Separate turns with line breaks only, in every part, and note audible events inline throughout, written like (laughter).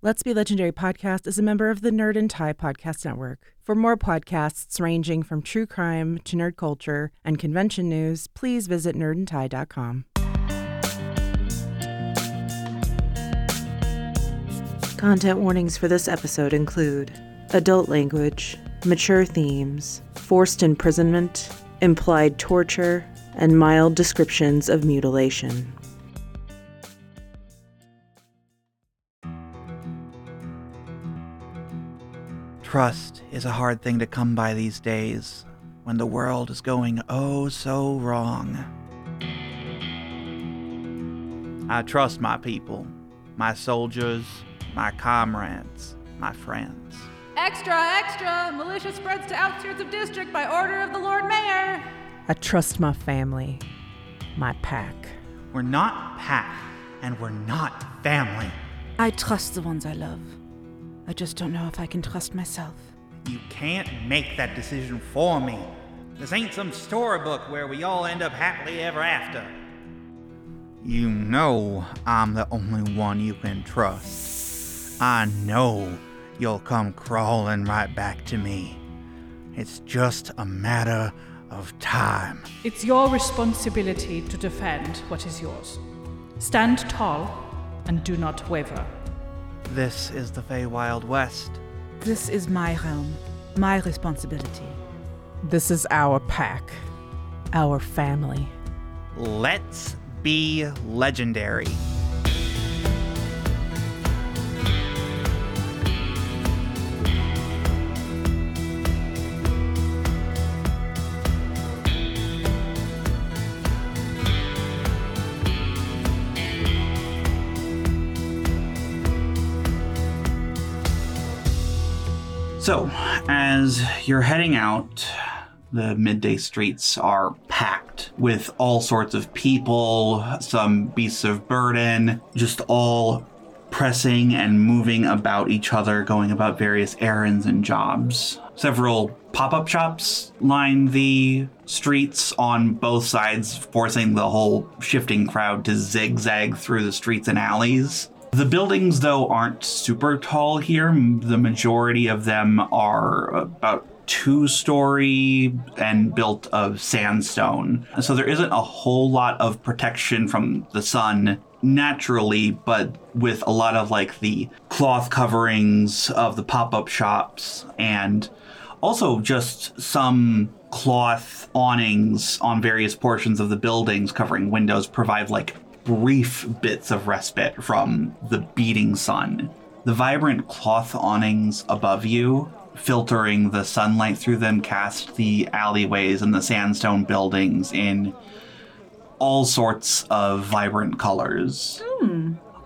Let's Be Legendary podcast is a member of the Nerd and Tie podcast network. For more podcasts ranging from true crime to nerd culture and convention news, please visit nerdandtie.com. Content warnings for this episode include adult language, mature themes, forced imprisonment, implied torture, and mild descriptions of mutilation.
Trust is a hard thing to come by these days when the world is going oh so wrong. I trust my people, my soldiers, my comrades, my friends.
Extra, extra! Militia spreads to outskirts of district by order of the Lord Mayor.
I trust my family, my pack.
We're not pack and we're not family.
I trust the ones I love. I just don't know if I can trust myself.
You can't make that decision for me. This ain't some storybook where we all end up happily ever after. You know I'm the only one you can trust. I know you'll come crawling right back to me. It's just a matter of time.
It's your responsibility to defend what is yours. Stand tall and do not waver.
This is the Feywild West.
This is my realm, my responsibility.
This is our pack, our family.
Let's be legendary. So, as you're heading out, the midday streets are packed with all sorts of people, some beasts of burden, just all pressing and moving about each other, going about various errands and jobs. Several pop up shops line the streets on both sides, forcing the whole shifting crowd to zigzag through the streets and alleys. The buildings, though, aren't super tall here. M- The majority of them are about two story and built of sandstone. So there isn't a whole lot of protection from the sun naturally, but with a lot of like the cloth coverings of the pop up shops and also just some cloth awnings on various portions of the buildings covering windows provide like brief bits of respite from the beating sun. The vibrant cloth awnings above you, filtering the sunlight through them, cast the alleyways and the sandstone buildings in all sorts of vibrant colors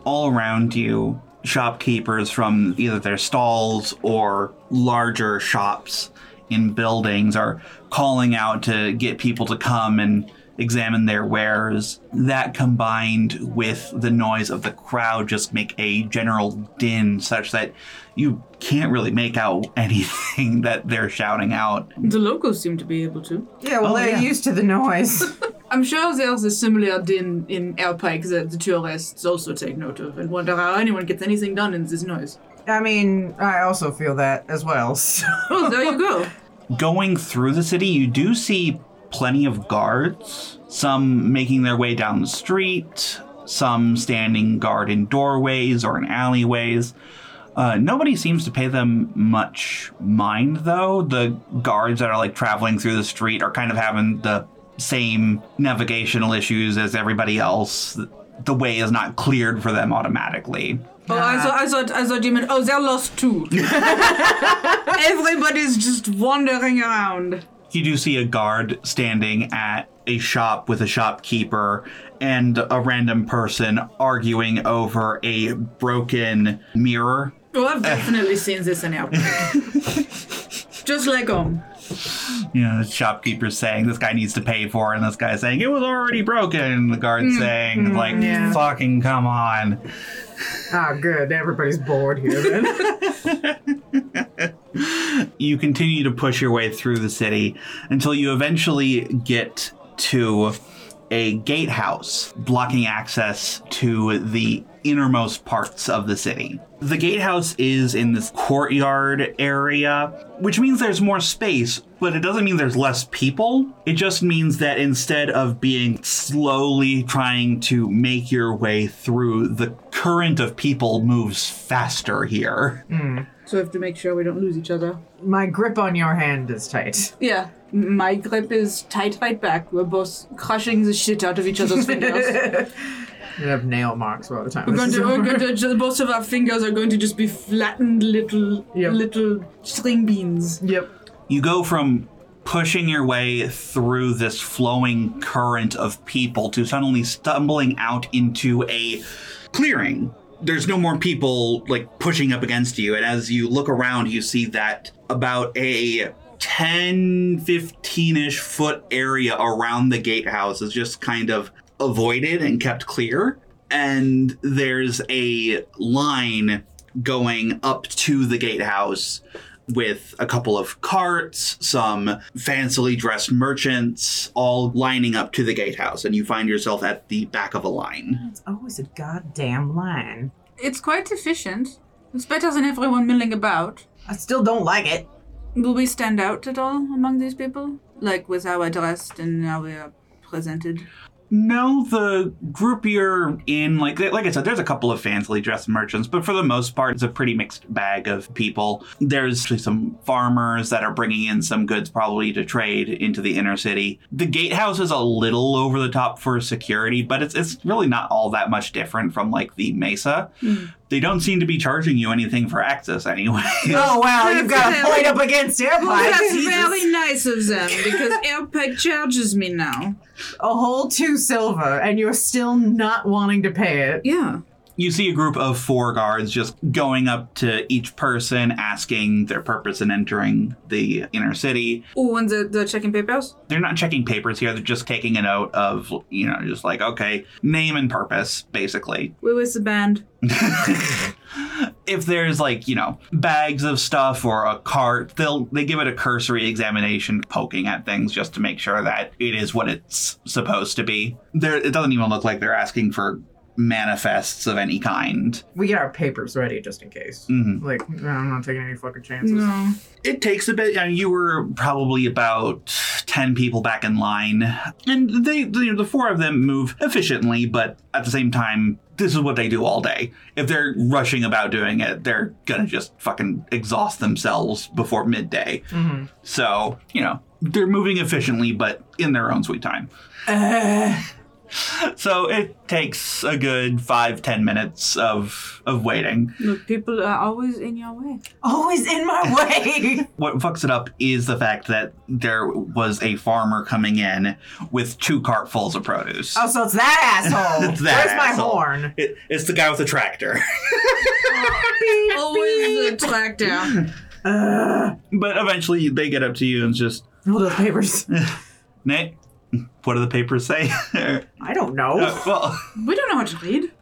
all around you shopkeepers from either their stalls or larger shops in buildings are calling out to get people to come and examine their wares. That combined with the noise of the crowd just make a general din such that you can't really make out (laughs) anything that they're shouting out.
The locals seem to be able to.
Yeah, well, they're
yeah.
used to the noise.
I'm sure there's a similar din in Airpike that the tourists also take note of and wonder how anyone gets anything done in this noise.
(laughs) I mean, I also feel that as well. (laughs) So.
Oh, (laughs) there you go.
going through the city, you do see plenty of guards, some making their way down the street, some standing guard in doorways or in alleyways. Uh, nobody seems to pay them much mind, though. The guards that are like traveling through the street are kind of having the same navigational issues as everybody else. The way is not cleared for them automatically.
Oh, I thought, I thought, I thought you meant, oh, they're lost too. Everybody's just wandering around.
you do see a guard standing at a shop with a shopkeeper and a random person arguing over a broken mirror.
Oh, I've definitely seen this in Airpike. just like home.
You know, the shopkeeper's saying this guy needs to pay for it, and this guy's saying it was already broken. And the guard's saying, like, fucking come on.
ah, good. Everybody's bored here then.
you continue to push your way through the city until you eventually get to a gatehouse blocking access to the innermost parts of the city. The gatehouse is in this courtyard area, which means there's more space, but it doesn't mean there's less people. It just means that instead of being slowly trying to make your way through, the current of people moves faster here.
So we have to make sure we don't lose each other.
(laughs) My grip on your hand is tight.
Yeah. M- My grip is tight right back. We're both crushing the shit out of each other's (laughs) fingers.
You have nail marks all the time.
we're
This is (laughs)
going to, we're
over.
going to just, both of our fingers are going to just be flattened little,
Yep.
little string beans.
Yep.
you go from pushing your way through this flowing current of people to suddenly stumbling out into a clearing. There's no more people like pushing up against you. And as you look around, you see that about a 10, 15 ish foot area around the gatehouse is just kind of avoided and kept clear. And there's a line going up to the gatehouse with a couple of carts, some fancily dressed merchants, all lining up to the gatehouse, and you find yourself at the back of a line.
Oh, It's always a goddamn line.
It's quite efficient. It's better than everyone milling about.
I still don't like it.
Will we stand out at all among these people? Like with how we're dressed and how we are presented?
No, the group you're in, like like I said, there's a couple of fancily dressed merchants, but for the most part, it's a pretty mixed bag of people. There's actually some farmers that are bringing in some goods, probably to trade into the inner city. The gatehouse is a little over the top for security, but it's it's really not all that much different from like the mesa. They don't seem to be charging you anything for access anyway.
Oh wow, you've got a point up against airplanes.
Oh, That's very nice of them because (laughs) Airpeg charges me now.
A whole two silver, and you're still not wanting to pay it.
Yeah.
you see a group of four guards just going up to each person, asking their purpose in entering the inner city.
Oh, and the, the checking papers?
They're not checking papers here, they're just taking a note of, you know, just like, okay, name and purpose, basically.
Where was the band?
If there's like, you know, bags of stuff or a cart, they'll they give it a cursory examination, poking at things just to make sure that it is what it's supposed to be. There it doesn't even look like they're asking for manifests of any kind.
We get our papers ready just in case.
Mhm.
Like, no, I'm not taking any fucking chances.
No.
it takes a bit. I mean, you were probably about ten people back in line, and they, the- you know, the four of them move efficiently, but at the same time, this is what they do all day. If they're rushing about doing it, they're gonna just fucking exhaust themselves before midday. So you know, they're moving efficiently, but in their own sweet time. (laughs) So it takes a good five ten minutes of of waiting.
Look, people are always in your way.
Always Oh, in
(laughs)
my way.
what fucks it up is the fact that there was a farmer coming in with two cartfuls of produce. (laughs)
oh, so it's that asshole.
It's that
Where's my
asshole.
horn?
It, it's the guy with
(laughs)
the tractor. (laughs)
Always the uh, track down.
but eventually they get up to you and it's just,
Hold those papers.
Nick, what do the papers say? (laughs) Uh,
I don't know. (laughs)
well, (laughs)
We don't know how to read.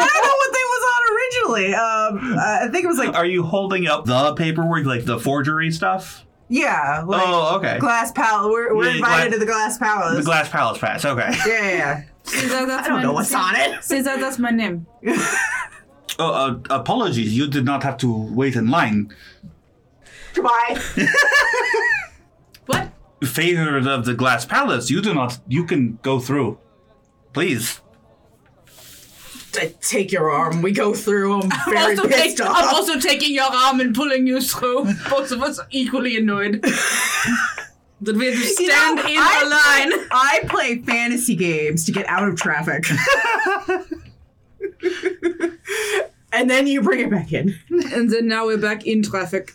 I don't know what they was on originally. Um, I think it was like
are you holding up the paperwork, like the forgery stuff?
yeah, like
oh, okay.
glass palace. We're, we're
Yeah,
invited
gla-
to the glass palace.
the Glass Palace Pass, okay.
(laughs) yeah, yeah, yeah.
Caesar, that's
I don't
my,
know what's on
(laughs)
it.
Caesar, that's my name.
Oh, uh, apologies, you did not have to wait in line.
Goodbye.
What?
Favored of the Glass Palace, you do not, you can go through. Please.
I take your arm. We go through. I'm very
Also
pissed
take- I'm
off.
also taking your arm and pulling you (laughs) through. Both of us are equally (laughs) annoyed. that we have to
You know,
stand in a
I
line.
play- I play fantasy games to get out of
(laughs)
traffic. and then you bring it back in.
And then now we're back in traffic.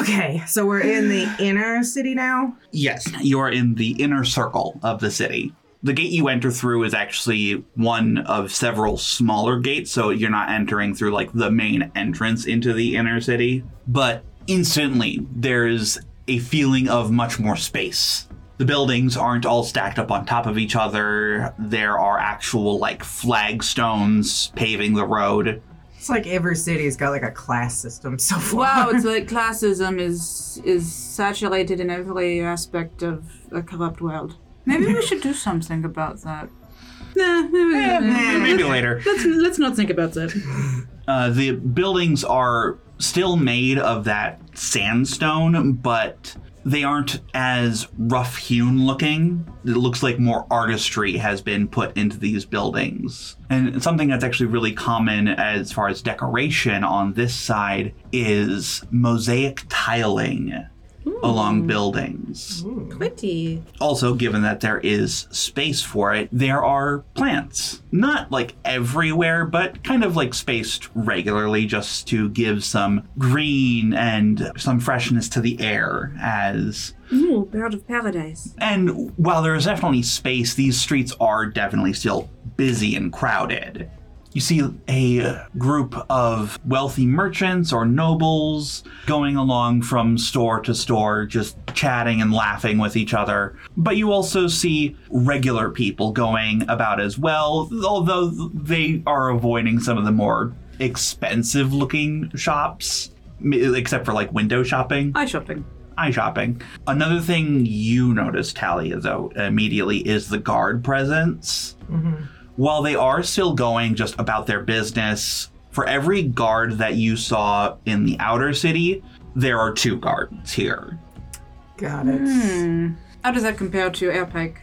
Okay, so we're in the inner city now.
Yes, you are in the inner circle of the city. The gate you enter through is actually one of several smaller gates, so you're not entering through like the main entrance into the inner city. But instantly, there's a feeling of much more space. The buildings aren't all stacked up on top of each other. There are actual like flagstones paving the road.
It's like every city's got like a class system so far.
Wow, it's like classism is is saturated in every aspect of a corrupt world. Maybe we should do something about that. Nah, maybe,
Maybe later.
Let's, let's not think about that.
Uh, the buildings are still made of that sandstone, but they aren't as rough hewn looking. It looks like more artistry has been put into these buildings. And something that's actually really common as far as decoration on this side is mosaic tiling along buildings.
Pretty.
Also, given that there is space for it, there are plants. Not like everywhere, but kind of like spaced regularly just to give some green and some freshness to the air as.
Ooh, bird of paradise.
And while there is definitely space, these streets are definitely still busy and crowded. You see a group of wealthy merchants or nobles going along from store to store, just chatting and laughing with each other. But you also see regular people going about as well, although they are avoiding some of the more expensive looking shops, m- except for like window shopping
Eye shopping.
eye shopping. Another thing you notice, Talia, though, immediately is the guard presence. While they are still going just about their business, for every guard that you saw in the outer city, there are two guards here.
Got it.
Hmm. How does that compare to Airpike?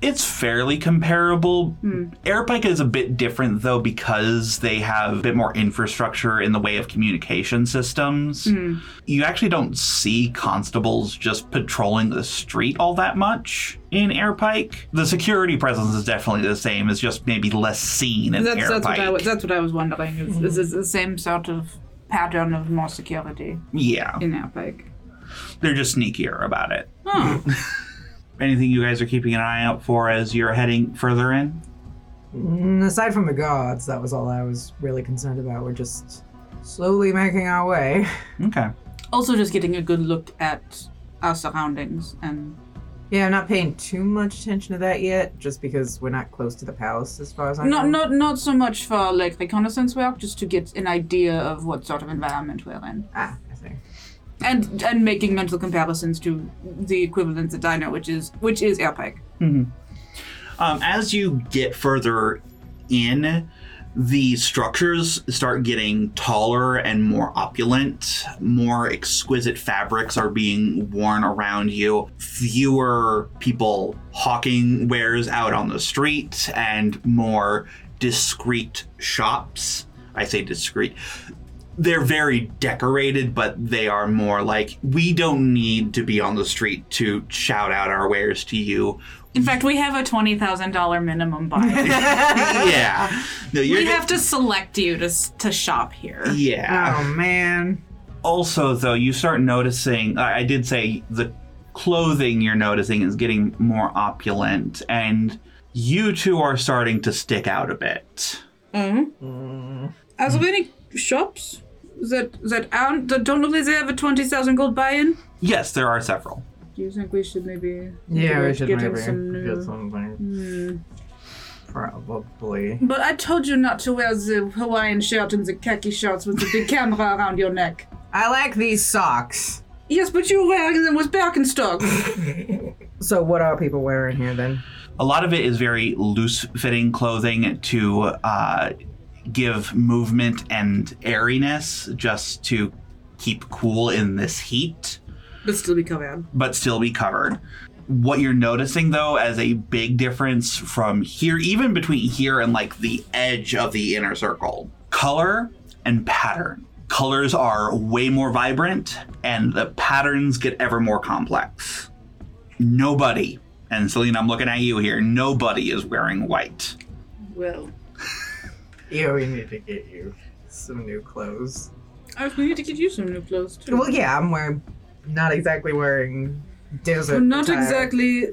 It's fairly comparable.
Hmm.
Airpike is a bit different, though, because they have a bit more infrastructure in the way of communication systems.
Hmm.
You actually don't see constables just patrolling the street all that much in Airpike. The security presence is definitely the same, it's just maybe less seen in
That's,
Airpike.
that's what I was. That's what I was wondering. Is, is this the same sort of pattern of more security
yeah,
in Airpike?
they're just sneakier about it. (laughs) Anything you guys are keeping an eye out for as you're heading further in?
And Mm, aside from the gods, that was all I was really concerned about. We're just slowly making our way. (laughs)
Okay.
Also, just getting a good look at our surroundings and
Yeah, I'm not paying too much attention to that yet, just because we're not close to the palace as far as I
not
know.
not not so much for like reconnaissance work, just to get an idea of what sort of environment we're in,
Ah, I see.
and and making mental comparisons to the equivalent that I know, which is which is Airpike.
Um, as you get further in, the structures start getting taller and more opulent. More exquisite fabrics are being worn around you. Fewer people hawking wares out on the street, and more discreet shops. I say discreet. They're very decorated, but they are more like we don't need to be on the street to shout out our wares to you.
In fact, we have a twenty thousand dollar minimum buy. (laughs)
yeah. No, you're
We
good-
have to select you to s- to shop here.
Yeah.
Oh man.
Also, though, you start noticing. I I did say the clothing you're noticing is getting more opulent, and you two are starting to stick out a bit.
Are there any shops that that aren't that don't look like they have a twenty thousand gold buy-in?
Yes, there are several.
Do you think we should maybe?
Yeah, we should
getting
maybe
some new- Hmm.
get something. Probably.
But I told you not to wear the Hawaiian shirt and the khaki shorts with the big (laughs) camera around your neck.
I like these socks.
Yes, but you were wearing them with Birkenstocks.
So what are people wearing here then?
A lot of it is very loose fitting clothing to uh, give movement and airiness just to keep cool in this heat.
but still be covered.
but still be covered. What you're noticing though as a big difference from here, even between here and like the edge of the inner circle, color and pattern. Colors are way more vibrant and the patterns get ever more complex. Nobody, and Selena, I'm looking at you here, nobody is wearing white.
Well,
Yeah, we need to get you some new clothes.
I, we need to get you some new clothes too.
Well, yeah, I'm wearing, not exactly wearing desert.
I'm not
attire.
exactly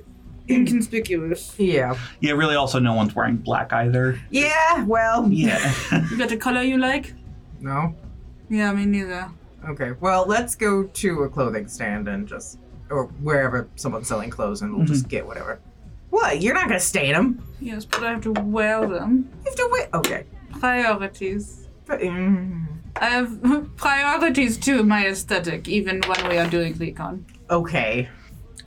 inconspicuous.
Yeah.
Yeah, really, also, no one's wearing black either.
Yeah. Well.
Yeah. (laughs)
You got a color you like?
No.
Yeah, me neither.
Okay. Well, let's go to a clothing stand and just, or wherever someone's selling clothes, and we'll
Mm-hmm.
just get whatever. What? You're not gonna stain them.
Yes, but I have to wear them.
You have to wait. Okay.
Priorities.
But, mm,
I have (laughs) priorities to my aesthetic, even when we are doing recon.
okay.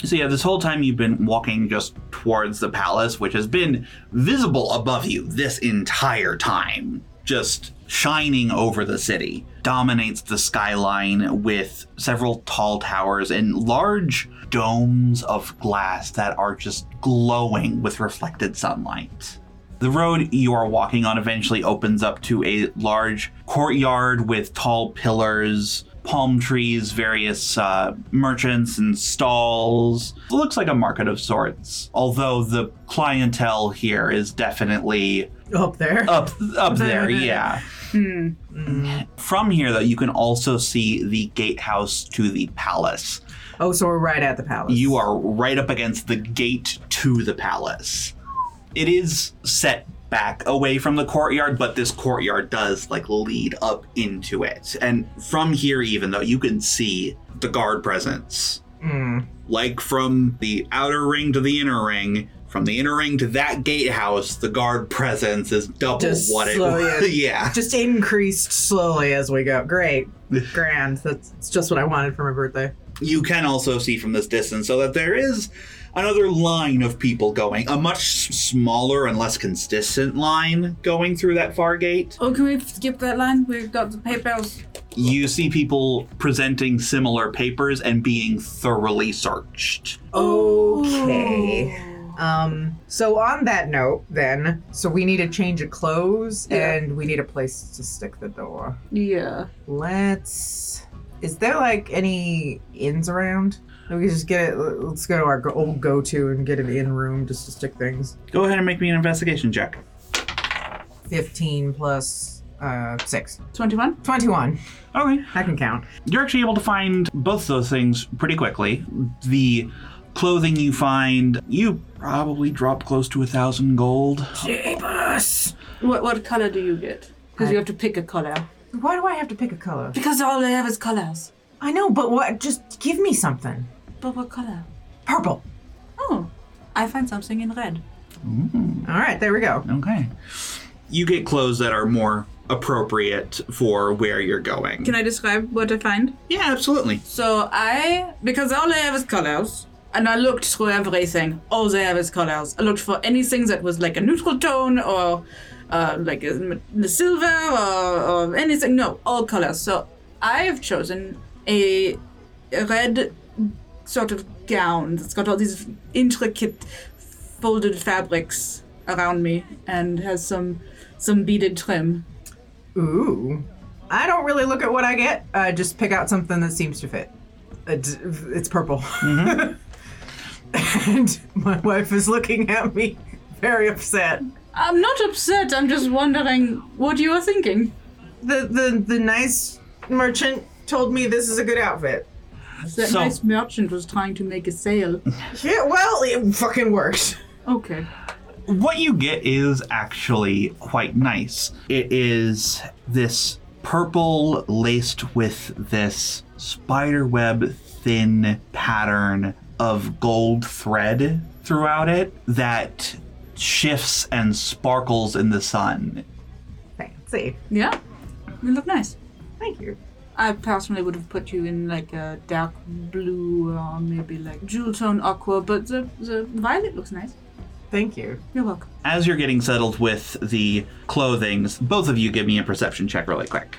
So yeah, this whole time you've been walking just towards the palace, which has been visible above you this entire time, just shining over the city. Dominates the skyline with several tall towers and large domes of glass that are just glowing with reflected sunlight. The road you are walking on eventually opens up to a large courtyard with tall pillars, palm trees, various uh, merchants and stalls. It looks like a market of sorts, although the clientele here is definitely
Up there.
up up there, yeah. Mm. From here, though, you can also see the gatehouse to the palace.
Oh, so we're right at the palace.
You are right up against the gate to the palace. It is set back away from the courtyard, but this courtyard does like lead up into it. And from here, even though you can see the guard presence,
Mm.
like from the outer ring to the inner ring, from the inner ring to that gatehouse, the guard presence is double
Just
what it
slow,
(laughs) was. yeah.
Just increased slowly as we
(laughs)
go. Great. Grand. That's it's just what I wanted for my birthday.
you can also see from this distance so that there is another line of people going a much s- smaller and less consistent line going through that far gate
Oh, can we skip that line? We've got the PayPal's.
you see people presenting similar papers and being thoroughly searched
Okay. Um, so on that note, then, so we need a change of clothes
Yeah.
and we need a place to stick the door.
Yeah.
Let's. Is there like any inns around? We can just get it. Let's go to our go- old go-to and get an in room just to stick things.
go ahead and make me an investigation check
Fifteen plus uh six.
21?
Twenty-one.
okay
I can count.
you're actually able to find both those things pretty quickly the clothing you find you probably drop close to a thousand gold
What, what color do you get? Because you have to pick a color.
Why do I have to pick a color?
Because all they have is colors.
I know, but what? Just give me something.
But what color?
Purple.
Oh, I find something in red.
All right, there we go.
Okay. You get clothes that are more appropriate for where you're going.
Can I describe what I find?
yeah, absolutely.
So I, because all they have is colors, and I looked through everything. All they have is colors. I looked for anything that was like a neutral tone or uh, like a, the silver or, or anything. No, all colors. So I have chosen a red sort of gown that's got all these intricate folded fabrics around me and has some some beaded trim.
Ooh. I don't really look at what I get. I just pick out something that seems to fit. It's, it's purple. Mm-hmm. (laughs) and my wife is looking at me very upset.
I'm not upset. I'm just wondering what you are thinking.
The, the, the nice merchant told me this is a good outfit.
That
So-
nice merchant was trying to make a (laughs) sale.
Yeah, well, it fucking works.
Okay.
What you get is actually quite nice. It is this purple laced with this spiderweb thin pattern of gold thread throughout it that shifts and sparkles in the sun.
Fancy.
Yeah. You look nice.
Thank you.
I personally would have put you in like a dark blue or maybe like jewel tone aqua, but the, the violet looks nice.
Thank you.
You're welcome.
As you're getting settled with the clothings, both of you give me a perception check really quick.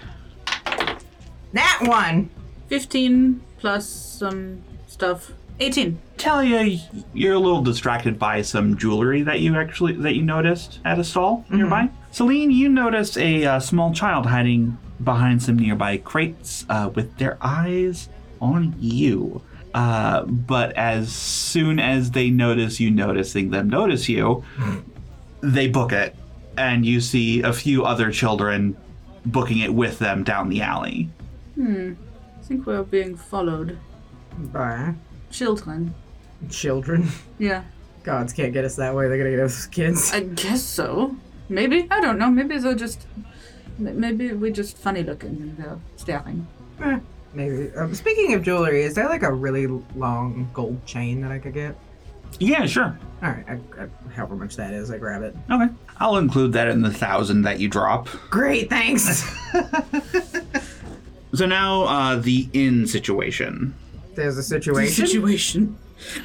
That one.
15 plus some stuff. 18.
tell you you're a little distracted by some jewelry that you actually that you noticed at a stall nearby celine you notice a uh, small child hiding behind some nearby crates uh, with their eyes on you uh, but as soon as they notice you noticing them notice you they book it and you see a few other children booking it with them down the alley
I think we're being followed.
Bye.
Children.
Children.
Yeah.
Gods can't get us that way. They're gonna get us kids.
I guess so. Maybe. I don't know. Maybe they're just. m- Maybe we're just funny looking and they're staring.
Eh, Maybe. Um, speaking of jewelry, is there like a really long gold chain that I could get?
Yeah, sure.
All right, I, I, however much that is, I grab it.
Okay. I'll include that in the thousand that you drop.
(laughs)
Great, thanks.
So now uh, the inn situation.
There's a situation.
Situation.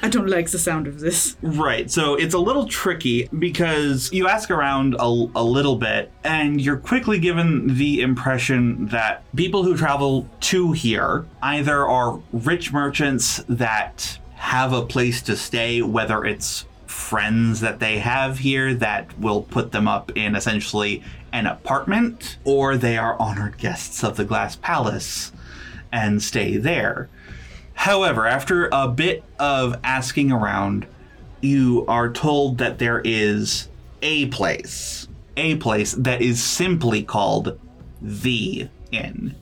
I don't like the sound of this.
Right. So it's a little tricky because you ask around a, a little bit and you're quickly given the impression that people who travel to here either are rich merchants that have a place to stay, whether it's friends that they have here that will put them up in essentially an apartment, or they are honored guests of the Glass Palace and stay there. However, after a bit of asking around, you are told that there is a place, a place that is simply called the inn.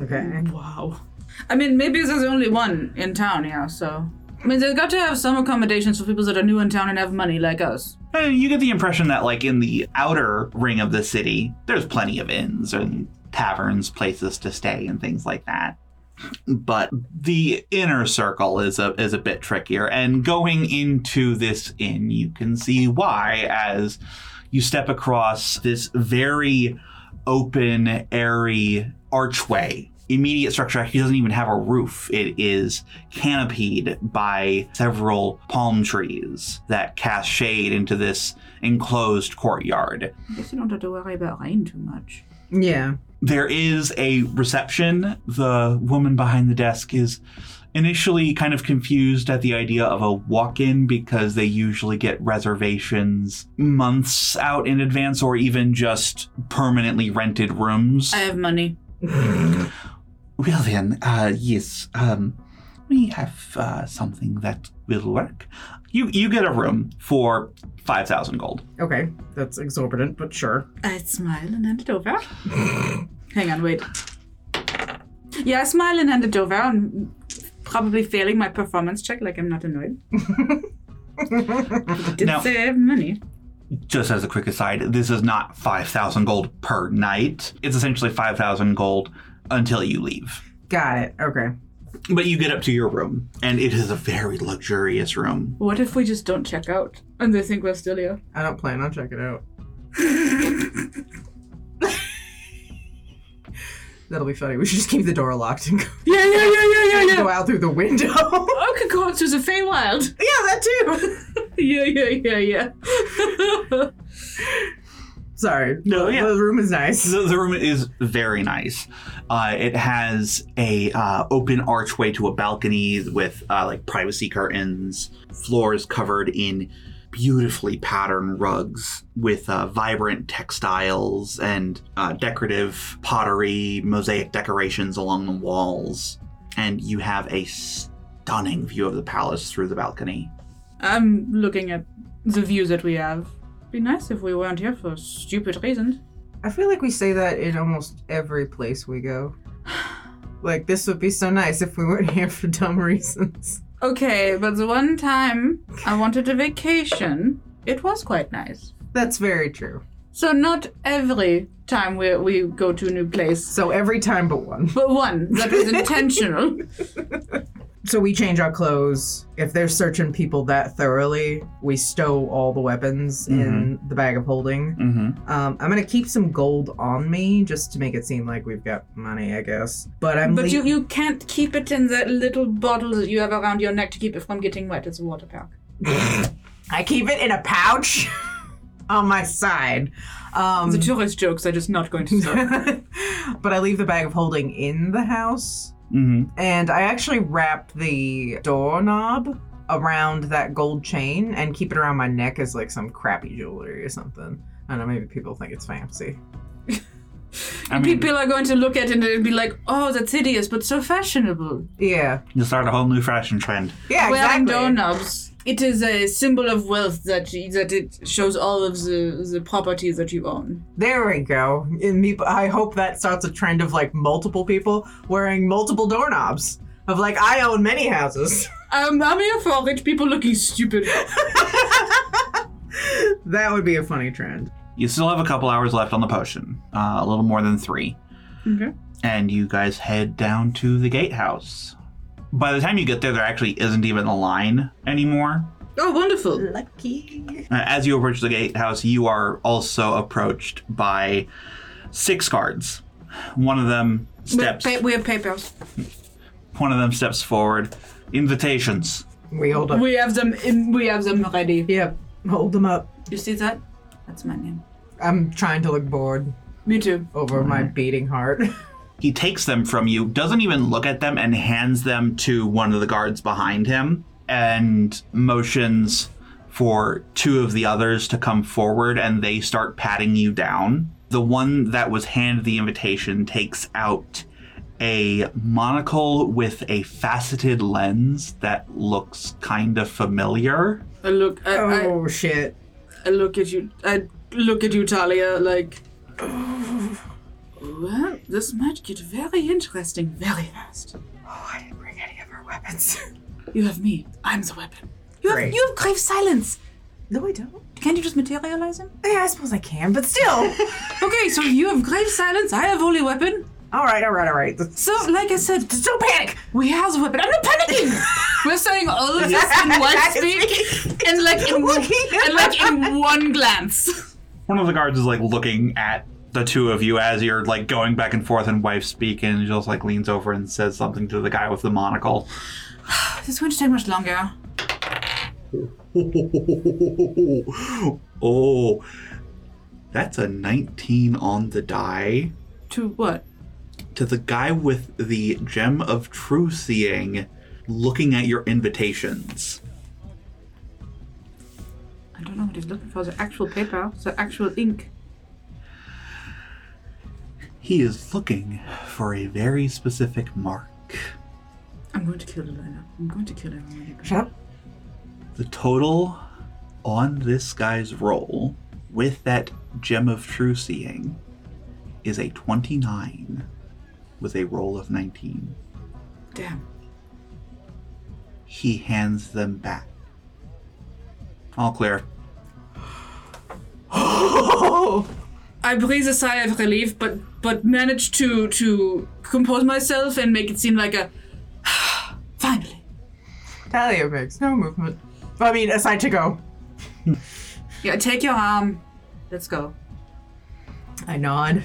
Okay.
Wow. I mean, maybe there's only one in town here, so. I mean, they've got to have some accommodations for people that are new in town and have money like us.
And you get the impression that, like, in the outer ring of the city, there's plenty of inns and taverns, places to stay, and things like that. But the inner circle is a is a bit trickier. And going into this inn, you can see why as you step across this very open, airy archway. Immediate structure actually doesn't even have a roof. It is canopied by several palm trees that cast shade into this enclosed courtyard.
I guess you don't have to worry about rain too much.
Yeah.
There is a reception. The woman behind the desk is initially kind of confused at the idea of a walk in because they usually get reservations months out in advance or even just permanently rented rooms.
I have money.
Well then, uh, yes, um, we have uh, something that will work. You you get a room for five thousand gold.
Okay. That's exorbitant, but sure.
I smile and hand it over. (laughs) Hang on, wait. Yeah, I smile and hand it over. I'm probably failing my performance check, like I'm not annoyed. I did
Now-
say I have money.
Just as a quick aside, this is not five thousand gold per night. It's essentially five thousand gold until you leave.
Got it. Okay.
But you get up to your room, and it is a very luxurious room.
What if we just don't check out and they think we're still here?
I don't plan on checking it
(laughs)
out. That'll be funny. We should just keep the door locked and go,
(laughs) Yeah, yeah, yeah, yeah, yeah,
go
yeah.
out through the window. (laughs) yeah,
Oh, could go out to the Feywild.
that too.
(laughs) yeah, yeah, yeah, yeah.
Sorry.
No,
The-
yeah.
The room is nice.
The, the room is very nice. Uh, it has a uh, open archway to a balcony with uh, like privacy curtains. Floors covered in beautifully patterned rugs with uh, vibrant textiles and uh, decorative pottery, mosaic decorations along the walls, and you have a stunning view of the palace through the balcony.
(laughs) I'm looking at the view that we have. Be nice if we weren't here for stupid reasons.
I feel like we say that in almost every place
(sighs)
we go. Like, this would be so nice if we weren't (laughs) here for dumb reasons.
Okay, but the one time I wanted a vacation, it was quite nice.
That's very true.
So not every time we we go to a new place,
So, every time but one.
but one that (laughs) was intentional.
So, we change our clothes. If they're searching people that thoroughly, we stow all the weapons in the bag of holding.
Mm-hmm.
Um, I'm gonna keep some gold on me just to make it seem like we've got money, I guess. But I'm
But
lea-
you, you can't keep it in that little bottle that you have around your neck to keep it from getting wet. It's a water park.
I keep it in a pouch (laughs) on my side. Um,
The tourist jokes are just not going to stop.
(laughs) but I leave the bag of holding in the house,
Mm-hmm.
and I actually wrap the doorknob around that gold chain and keep it around my neck as like some crappy jewelry or something. I don't know, maybe people think it's fancy.
I mean,
People are going to look at it and be like, "Oh, that's hideous, but so fashionable."
Yeah,
you start a whole new fashion trend.
yeah,
wearing
exactly.
doorknobs. It is a symbol of wealth that that it shows all of the the properties that you own.
There we go. And me, I hope that starts a trend of like multiple people wearing multiple doorknobs. Of like, I own many houses. (laughs)
Um, I'm here for rich people looking stupid.
that would be a funny trend.
You still have a couple hours left on the potion, uh, a little more than three.
Okay.
And you guys head down to the gatehouse. By the time you get there, there actually isn't even a line anymore.
Oh, wonderful.
Lucky.
Uh, as you approach the gatehouse, you are also approached by six guards. One of them
We
steps.
pa- we have papers.
One of them steps forward. Invitations.
We hold up.
We have them. In, we have them ready.
Yep. Hold them up.
You see that? That's my name.
I'm trying to look bored
Me too.
over my beating heart. (laughs)
He takes them from you, doesn't even look at them, and hands them to one of the guards behind him and motions for two of the others to come forward and they start patting you down. The one that was handed the invitation takes out a monocle with a faceted lens that looks kind of familiar.
I look. I, I,
oh shit.
I look at you. I look at you, Talia. Like, (sighs) well, this might get very interesting very fast.
Oh, I didn't bring any of her weapons. (laughs)
You have me. I'm the weapon. You have
Great.
you have grave silence.
no, I don't.
Can't you just materialize him?
Yeah, I suppose I can, but (laughs) still.
Okay, so you have grave silence. I have holy weapon.
all right, all right, all right. Let's-
So, like I said,
Don't panic.
we have the weapon. I'm not panicking. We're saying all of this in one speak, and like in one, and like in one glance.
One of the guards is like looking at the two of you as you're like going back and forth in wife speak and just like leans over and says something to the guy with the monocle.
(sighs) This won't take much longer.
(laughs) oh, that's a 19 on the die.
To what?
To the guy with the gem of true seeing looking at your invitations.
I don't know what he's looking for. The actual paper, the actual ink.
He is looking for a very specific mark.
I'm going to kill Elena. I'm going to kill everyone.
Shut up.
The total on this guy's roll with that gem of true seeing is a 29 with a roll of 19.
Damn.
He hands them back. All clear.
I breathe a sigh of relief, but but manage to to compose myself and make it seem like a (sighs) finally.
Talia makes no movement. I mean, aside to go.
Yeah, take your arm. Let's go.
I nod.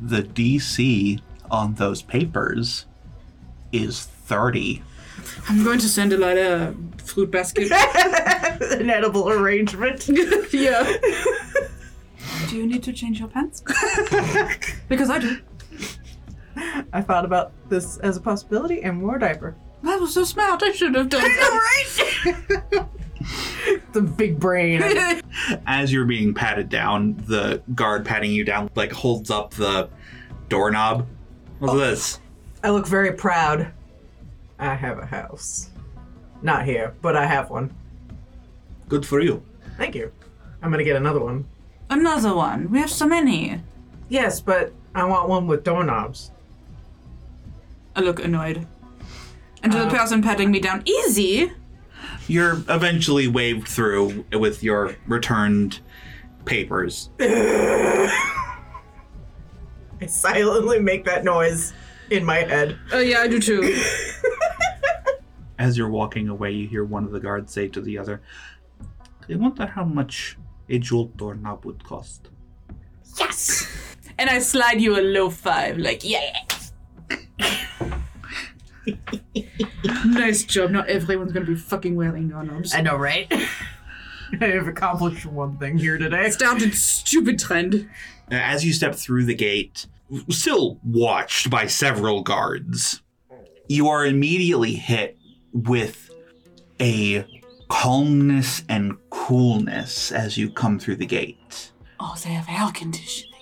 The DC on those papers is 30.
I'm going to send Elena a fruit basket.
(laughs) An edible (laughs) arrangement.
yeah. do you need to change your pants? because I do.
I thought about this as a possibility and wore a (laughs) diaper.
That was so smart. I should have done that.
(laughs) The big (laughs) brain.
As you're being patted down, the guard patting you down like holds up the doorknob. What's this?
I look very proud. I have a house. Not here, but I have one.
Good for you.
Thank you. I'm gonna get another one.
(laughs) Another one. We have so many.
Yes, but I want one with doorknobs.
I look annoyed. And to the person patting me down, easy.
You're eventually waved through with your returned papers.
I silently make that noise in my head.
Oh yeah, I do too.
As you're walking away, you hear one of the guards say to the other, I wonder how much a jeweled doorknob would cost.
(laughs) and I slide you a low five, like yeah. (laughs) nice job. Not everyone's gonna be fucking wearing doorknobs.
know, right? (laughs) I have accomplished one thing here today.
Started stupid trend.
As you step through the gate, still watched by several guards, you are immediately hit with a calmness and coolness as you come through the gate.
Oh, they have air conditioning.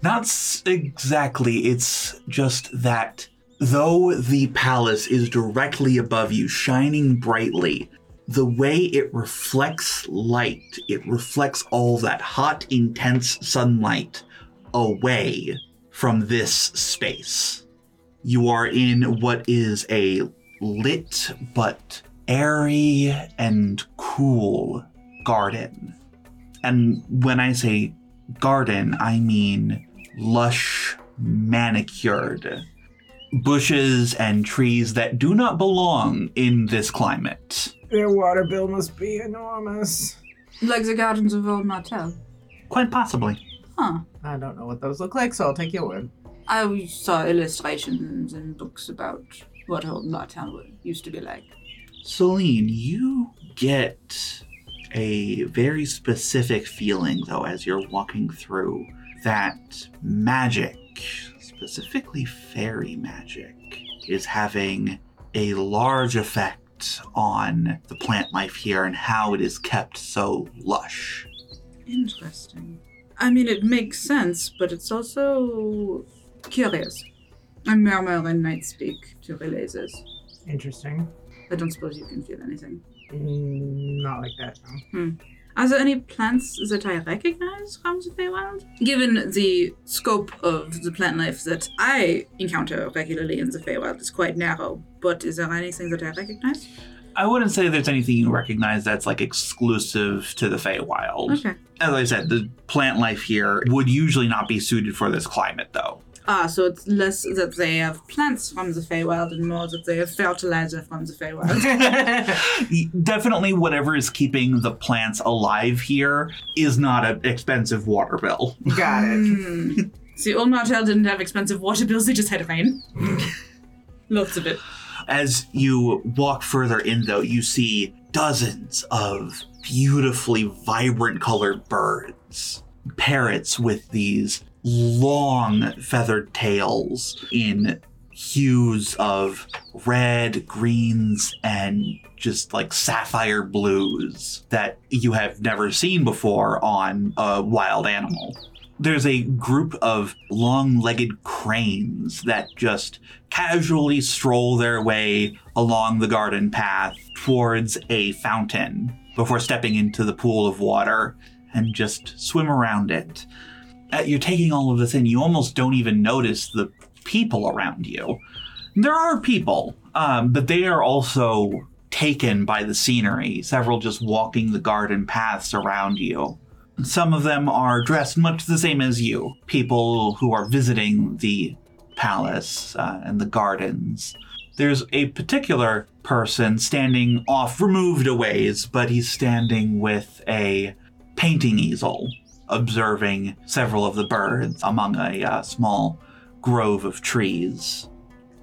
Not s- exactly. It's just that though the palace is directly above you, shining brightly, the way it reflects light, it reflects all that hot, intense sunlight away from this space. You are in what is a lit but airy and cool garden. And when I say garden, I mean lush, manicured bushes and trees that do not belong in this climate.
Their water bill must be enormous.
Like the gardens of old Martel.
Quite possibly.
Huh.
I don't know what those look like, so I'll take your word.
I saw illustrations in books about what old Martel used to be like.
Celine, you get a very specific feeling, though, as you're walking through that magic, specifically fairy magic, is having a large effect on the plant life here and how it is kept so lush.
Interesting. I mean, it makes sense, but it's also curious. I murmur in night speak to relay this.
Interesting.
I don't suppose you can feel anything.
Mm, not like that. No.
Are there any plants that I recognize from the Feywild? Given the scope of the plant life that I encounter regularly in the Feywild, it's quite narrow. But is there anything that I recognize?
I wouldn't say there's anything you recognize that's like exclusive to the Feywild.
Okay.
As I said, the plant life here would usually not be suited for this climate, though.
Ah, so it's less that they have plants from the Feywild and more that they have fertilizer from
(laughs)
the Feywild.
Definitely, whatever is keeping the plants alive here is not an expensive water bill.
Got it. (laughs)
Hmm. See, Old Martel didn't have expensive water bills, they just had rain.
(laughs)
Lots of it.
As you walk further in, though, you see dozens of beautifully vibrant colored birds. Parrots with these long feathered tails in hues of red, greens, and just like sapphire blues that you have never seen before on a wild animal. There's a group of long legged cranes that just casually stroll their way along the garden path towards a fountain before stepping into the pool of water and just swim around it. Uh, You're taking all of this in, you almost don't even notice the people around you. There are people, um, but they are also taken by the scenery, several just walking the garden paths around you. Some of them are dressed much the same as you, people who are visiting the palace uh, and the gardens. There's a particular person standing off, removed a ways, but he's standing with a painting easel, observing several of the birds among a uh, small grove of trees.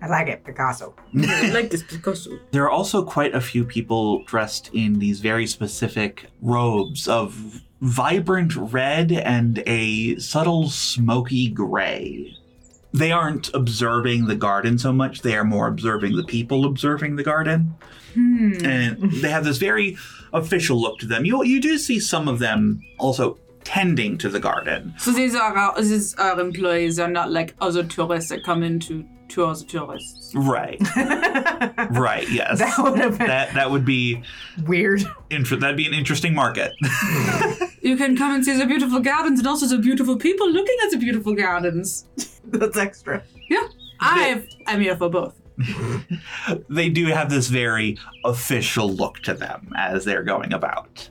I like it, Picasso.
I like this Picasso.
There are also quite a few people dressed in these very specific robes of vibrant red and a subtle smoky gray. They aren't observing the garden so much, they are more observing the people observing the garden.
Hmm.
And they have this very official look to them. You, you do see some of them also tending to the garden.
So these are our, these are employees are not like other tourists that come in to tour the tourists.
(laughs)
Right. right, yes.
That would have been
that, that would be
weird.
inter- that'd be an interesting market. (laughs)
You can come and see the beautiful gardens and also the beautiful people looking at the beautiful gardens.
(laughs) That's extra.
Yeah, I I'm here for both.
they do have this very official look to them as they're going about.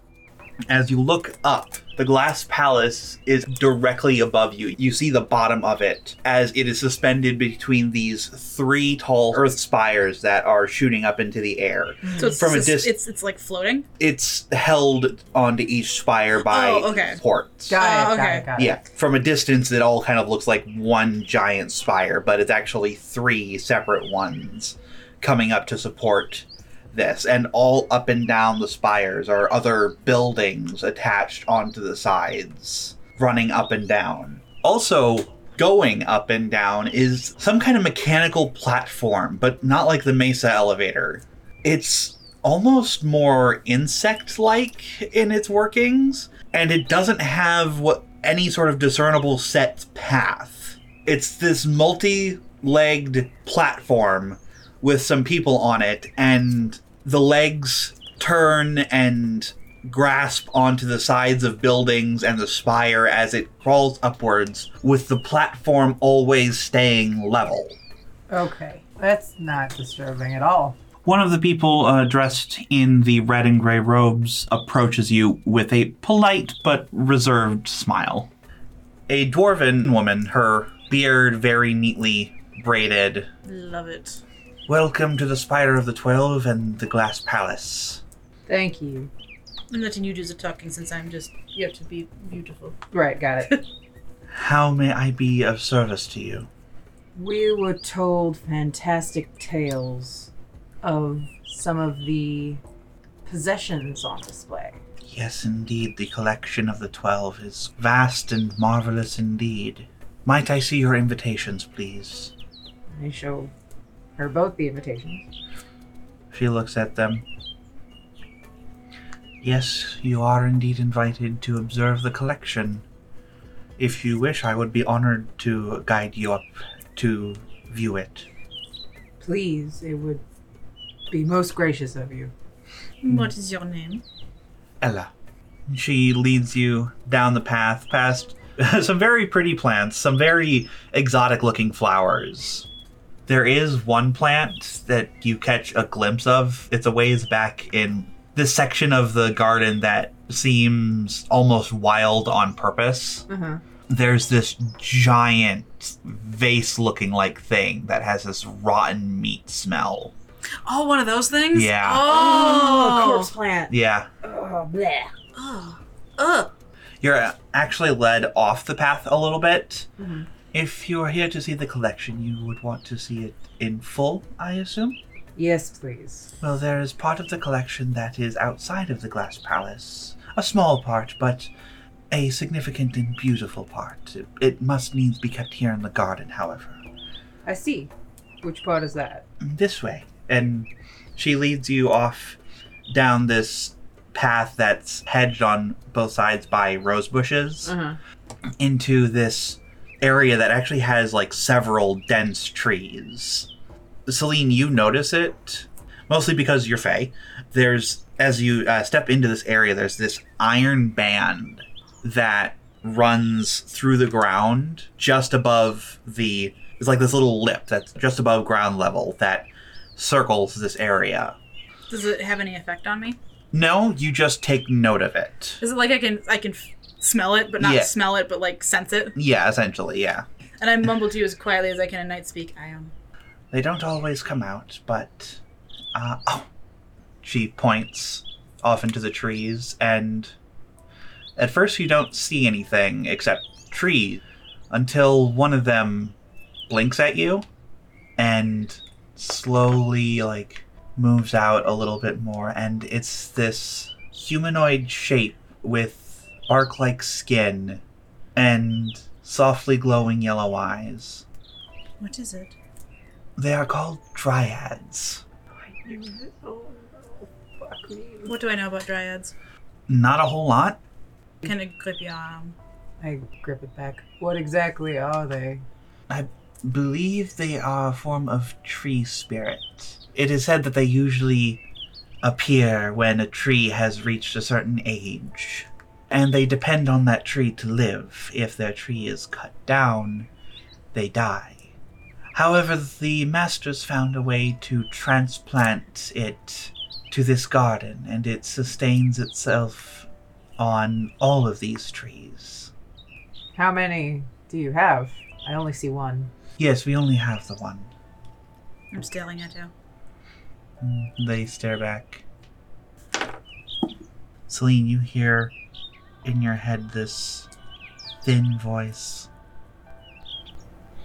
As you look up, the glass palace is directly above you. You see the bottom of it as it is suspended between these three tall earth spires that are shooting up into the air.
So it's
From a
just-
dis-
it's it's like floating.
It's held onto each spire by
Oh, okay.
ports.
Oh,
Got it, got it,
got
Yeah, from a distance, it all kind of looks like one giant spire, but it's actually three separate ones coming up to support this. And all up and down the spires are other buildings attached onto the sides, running up and down. Also, going up and down is some kind of mechanical platform, but not like the Mesa elevator. It's almost more insect like in its workings, and it doesn't have what any sort of discernible set path. It's this multi legged platform with some people on it, and the legs turn and grasp onto the sides of buildings and the spire as it crawls upwards, with the platform always staying level.
Okay, that's not disturbing at all.
One of the people uh, dressed in the red and gray robes approaches you with a polite but reserved smile. A dwarven woman, her beard very neatly braided.
Love it.
Welcome to the Spire of the Twelve and the Glass Palace.
Thank you.
I'm letting you do the talking since I'm just. You have to be beautiful.
Right,
(laughs)
got it.
How may I be of service to you?
we were told fantastic tales of some of the possessions on display.
Yes, indeed, the collection of the Twelve is vast and marvelous indeed. Might I see your invitations, please?
I show her both the invitations.
She looks at them. Yes, you are indeed invited to observe the collection. If you wish, I would be honored to guide you up to view it.
Please, it would be most gracious of you.
What is your name?
Ella. She leads you down the path past (laughs) some very pretty plants, some very exotic looking flowers. There is one plant that you catch a glimpse of. It's a ways back in this section of the garden that seems almost wild on purpose.
Uh-huh.
There's this giant vase looking like thing that has this rotten meat smell.
Oh, one of those things?
Yeah.
Oh,
corpse plant.
Yeah.
Oh, bleh.
Ugh.
You're uh, actually led off the path a little bit.
Mm-hmm.
If you're here to see the collection, you would want to see it in full, I assume?
Yes, please.
Well, there is part of the collection that is outside of the Glass Palace. A small part, but a significant and beautiful part. It, it must needs be kept here in the garden, however.
I see. Which part is that?
This way. And she leads you off down this path that's hedged on both sides by rose bushes.
Uh-huh.
into this area that actually has like several dense trees. Celine, you notice it mostly because you're Fey. There's as you uh, step into this area, there's this iron band that runs through the ground just above the. It's like this little lip that's just above ground level that circles this area.
Does it have any effect on me?
No, you just take note of it.
Is it like I can I can f- smell it, but not
Yeah.
smell it, but like sense it?
Yeah, essentially, yeah.
And I mumble to you as quietly as I can in night speak. I am.
They don't always come out, but uh, oh, she points off into the trees, and at first you don't see anything except trees until one of them blinks at you and slowly like moves out a little bit more, and it's this humanoid shape with bark-like skin and softly glowing yellow eyes.
What is it?
They are called dryads.
What do I know about dryads?
Not a whole lot.
Can it grip your arm?
I grip it back. What exactly are they?
I believe they are a form of tree spirit. It is said that they usually appear when a tree has reached a certain age, and they depend on that tree to live. If their tree is cut down, they die. However, the masters found a way to transplant it to this garden, and it sustains itself on all of these trees.
How many do you have? I only see one.
Yes, we only have the one.
I'm staring at you.
Mm, They stare back. Celine, you hear in your head this thin voice.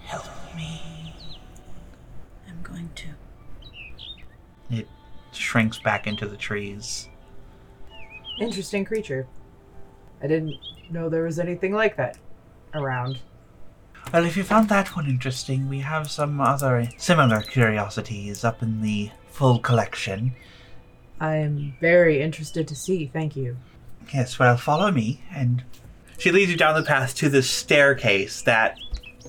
Help me.
I'm going to.
It shrinks back into the trees.
Interesting creature. I didn't know there was anything like that around.
Well, if you found that one interesting, we have some other similar curiosities up in the full collection.
I'm very interested to see. Thank you.
Yes, well, follow me. And she leads you down the path to this staircase that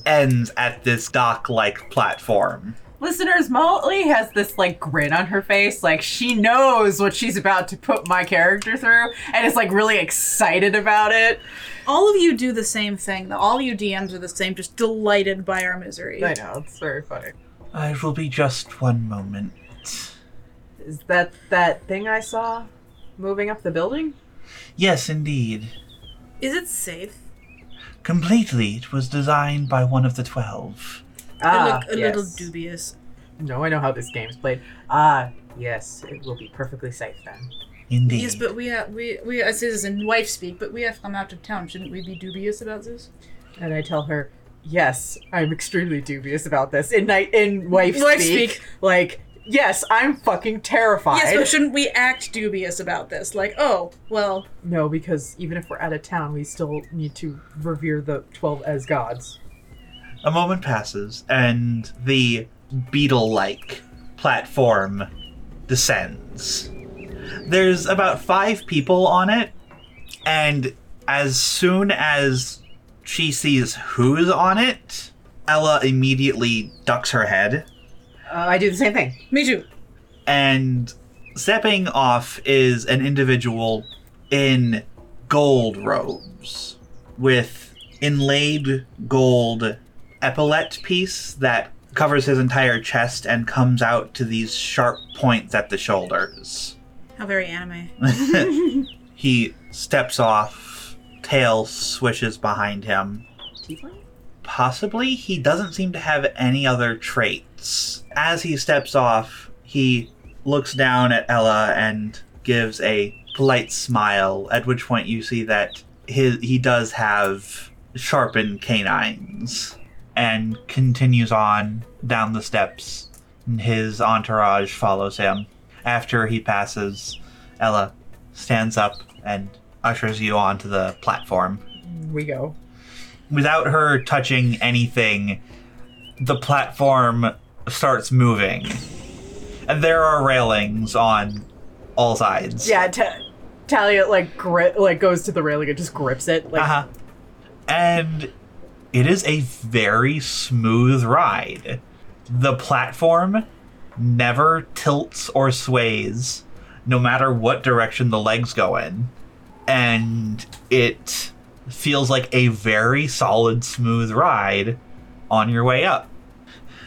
ends at this dock like platform.
Listeners, Motley has this like grin on her face, like she knows what she's about to put my character through, and is like really excited about it.
All of you do the same thing. though. All of you DMs are the same, just delighted by our misery.
I know it's very funny.
I will be just one moment.
Is that that thing I saw moving up the building?
Yes, indeed.
Is it safe?
Completely, it was designed by one of the twelve.
Ah,
I look a
yes.
little dubious.
No, I know how this game's played. Ah, yes, it will be perfectly safe then.
Indeed.
Yes, but we are we we as it is in wife speak, but we are from out of town. Shouldn't we be dubious about this?
And I tell her, yes, I'm extremely dubious about this. In night in wife,
Wife
speak,
speak.
like, yes, I'm fucking terrified.
Yes, but shouldn't we act dubious about this? Like, oh, well,
No, because even if we're out of town, we still need to revere the twelve as gods.
A moment passes, and the beetle like platform descends. There's about five people on it, and as soon as she sees who's on it, Ella immediately ducks her head.
Uh, I do the same thing.
Me too.
And stepping off is an individual in gold robes with inlaid gold epaulette piece that covers his entire chest and comes out to these sharp points at the shoulders.
how very anime.
(laughs) He steps off, tail swishes behind him. Possibly, he doesn't seem to have any other traits. As he steps off, he looks down at Ella and gives a polite smile, at which point you see that his, he does have sharpened canines and continues on down the steps. And his entourage follows him. After he passes, Ella stands up and ushers you onto the platform
We go.
without her touching anything, the platform starts moving. And there are railings on all sides.
Yeah, ta- Talia like gri- like goes to the railing and just grips it. Like,
Uh-huh. And it is a very smooth ride. The platform never tilts or sways, no matter what direction the legs go in. And it feels like a very solid, smooth ride on your way up.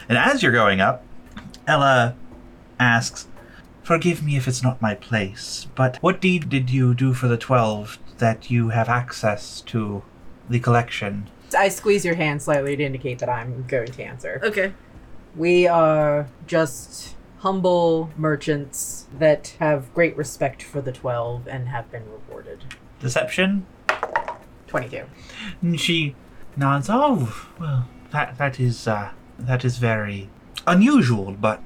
And as you're going up, Ella asks, Forgive me if it's not my place, but what deed did you do for the Twelve that you have access to the collection?
I squeeze your hand slightly to indicate that I'm going to answer.
Okay.
We are just humble merchants that have great respect for the 12 and have been rewarded.
Deception?
22.
And she nods, Oh, well, that, that is, uh, that is very unusual, but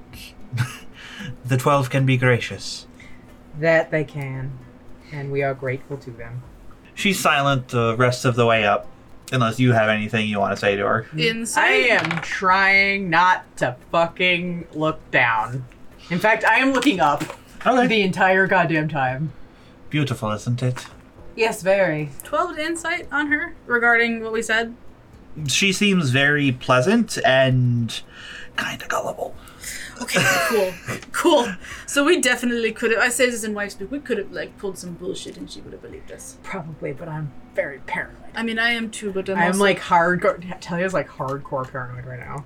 (laughs) the Twelve can be gracious.
That they can, and we are grateful to them.
She's silent the rest of the way up, unless you have anything you want to say to her.
Hmm.
Inside. I am trying not to fucking look down. In fact, I am looking up the entire goddamn time.
Beautiful, isn't it?
Yes, very.
Twelve to insight on her regarding what we said.
She seems very pleasant and kind of gullible.
Okay, (laughs) cool, cool. So we definitely could have. I say this in wife speak. We could have like pulled some bullshit, and she would have believed us.
Probably, but I'm very paranoid.
I mean, I am too, but I'm,
I'm
also-
like hardcore. Talia's like hardcore paranoid right now.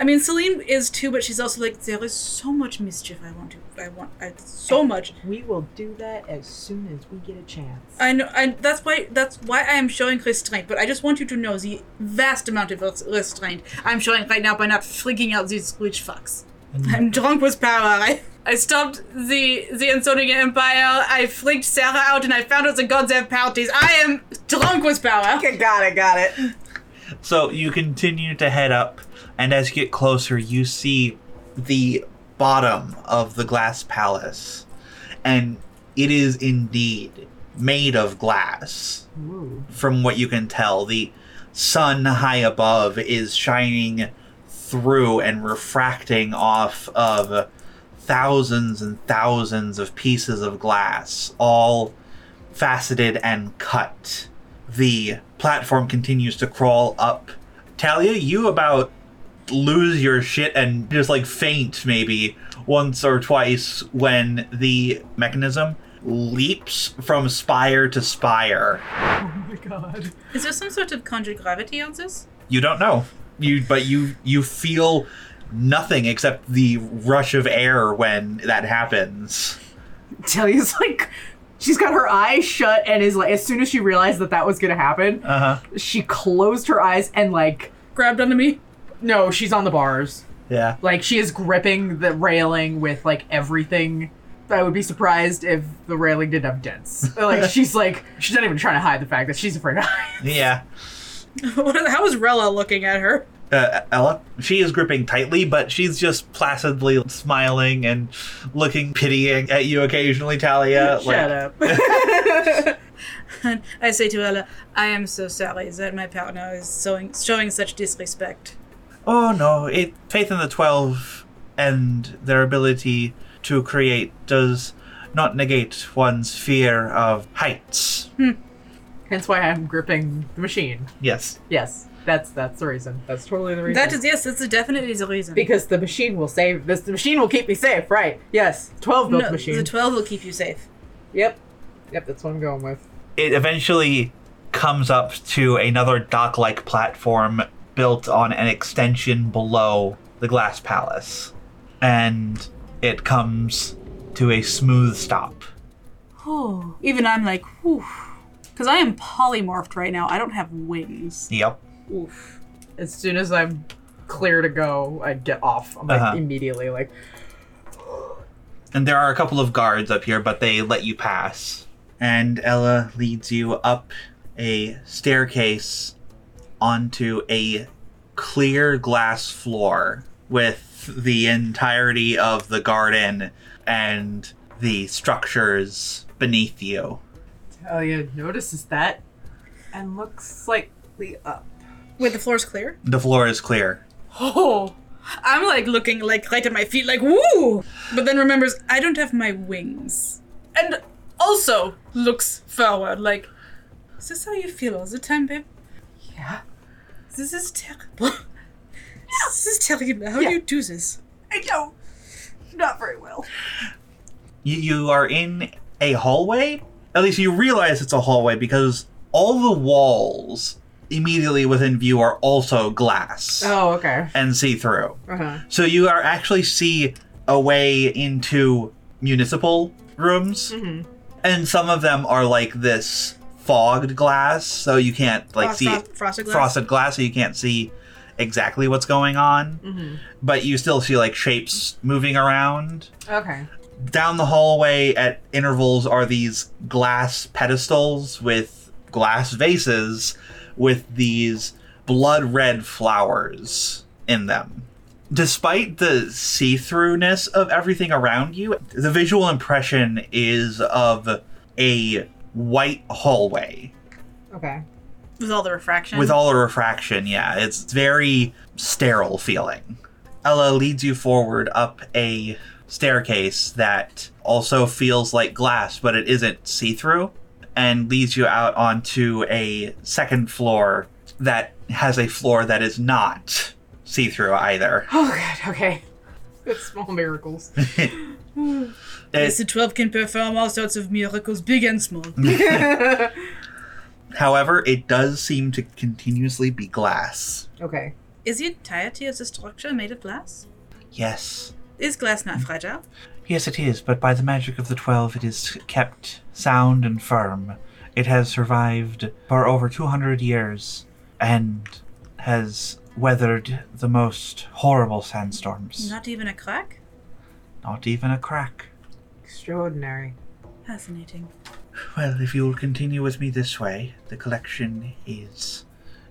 I mean, Celine is too, but she's also like, there is so much mischief I want to, I want, I, so much.
We will do that as soon as we get a chance.
I know, and that's why, that's why I am showing restraint, but I just want you to know the vast amount of res- restraint I'm showing right now by not freaking out these witch fucks. I'm drunk with power. I, I stopped the, the Insonia Empire, I freaked Sarah out, and I found out the gods have parties. I am drunk with power. Okay,
got it, got it.
So you continue to head up, and as you get closer, you see the bottom of the glass palace. And it is indeed made of glass. From what you can tell, the sun high above is shining through and refracting off of thousands and thousands of pieces of glass, all faceted and cut. The platform continues to crawl up. Talia, you about lose your shit and just like faint maybe once or twice when the mechanism leaps from spire to spire.
Oh my god.
Is there some sort of conjure gravity on this?
You don't know. You but you you feel nothing except the rush of air when that happens.
(laughs) Talia's like, she's got her eyes shut and is like, as soon as she realized that that was gonna happen,
Uh-huh.
she closed her eyes and like
grabbed onto me.
No, she's on the bars.
Yeah.
Like she is gripping the railing with like everything I would be surprised if the railing didn't have dents. Like (laughs) she's like she's not even trying to (laughs) hide the fact that she's afraid of heights.
Yeah.
What are the- (laughs) How is Rella looking at her?
Uh, Ella, she is gripping tightly, but she's just placidly smiling and looking pitying at you occasionally, Talia.
(laughs) Shut up. And I say to Ella, I am so sorry that my partner is showing, showing such disrespect.
Oh no, it faith in the twelve and their ability to create does not negate one's fear of heights.
Hmm.
Hence why I'm gripping the machine.
Yes.
Yes, that's that's the reason. That's totally the reason.
That is, yes, that's a definite is a reason.
because the machine will save this. The machine will keep me safe, right? Yes, twelve built
No,
machine.
the 12 will keep you safe.
Yep. Yep, that's what I'm going with.
It eventually comes up to another dock like platform built on an extension below the glass palace. And it comes to a smooth stop.
Oh, even I'm like, whew. Because I am polymorphed right now. I don't have wings.
Yep.
Oof. As soon as I'm clear to go, I get off. I'm like
Uh-huh.
immediately like
And there are a couple of guards up here, but they let you pass. And Ella leads you up a staircase onto a clear glass floor with the entirety of the garden and the structures beneath you.
Talia oh, notices that and looks slightly up.
Wait, the floor's clear?
The floor is clear.
Oh, I'm like looking like right at my feet, like woo. But then remembers I don't have my wings, and also looks forward, like, is this how you feel all the time, babe?
Yeah.
This is
(laughs)
terrible. This is terrible. How do you do this? I don't. Not very well.
you, you are in a hallway. At least you realize it's a hallway because all the walls immediately within view are also glass
Oh, okay.
and see through.
Uh-huh.
So you are actually see a way into municipal rooms,
Mm-hmm.
and some of them are like this fogged glass, so you can't like
Fro-
see
fro- frosted glass?
frosted glass, so you can't see exactly what's going on.
Mm-hmm.
But you still see like shapes moving around
Okay.
down the hallway at intervals are these glass pedestals with glass vases with these blood red flowers in them. Despite the see throughness of everything around you, the visual impression is of a white hallway
Okay.
With all the refraction.
with all the refraction. Yeah, it's very sterile feeling. Ella leads you forward up a staircase that also feels like glass, but it isn't see through, and leads you out onto a second floor that has a floor that is not see through either.
Oh god, okay. Good small miracles.
Yes, the twelve can perform all sorts of miracles, big and small.
Mm.
However, it does seem to continuously be glass.
okay.
Is the entirety of the structure made of glass?
Yes.
Is glass
Mm.
not fragile?
Yes, it is, but by the magic of the Twelve, it is kept sound and firm. It has survived for over 200 years and has weathered the most horrible sandstorms.
Not even a crack.
Not even a crack.
Extraordinary.
Fascinating.
Well, if you will continue with me this way, the collection is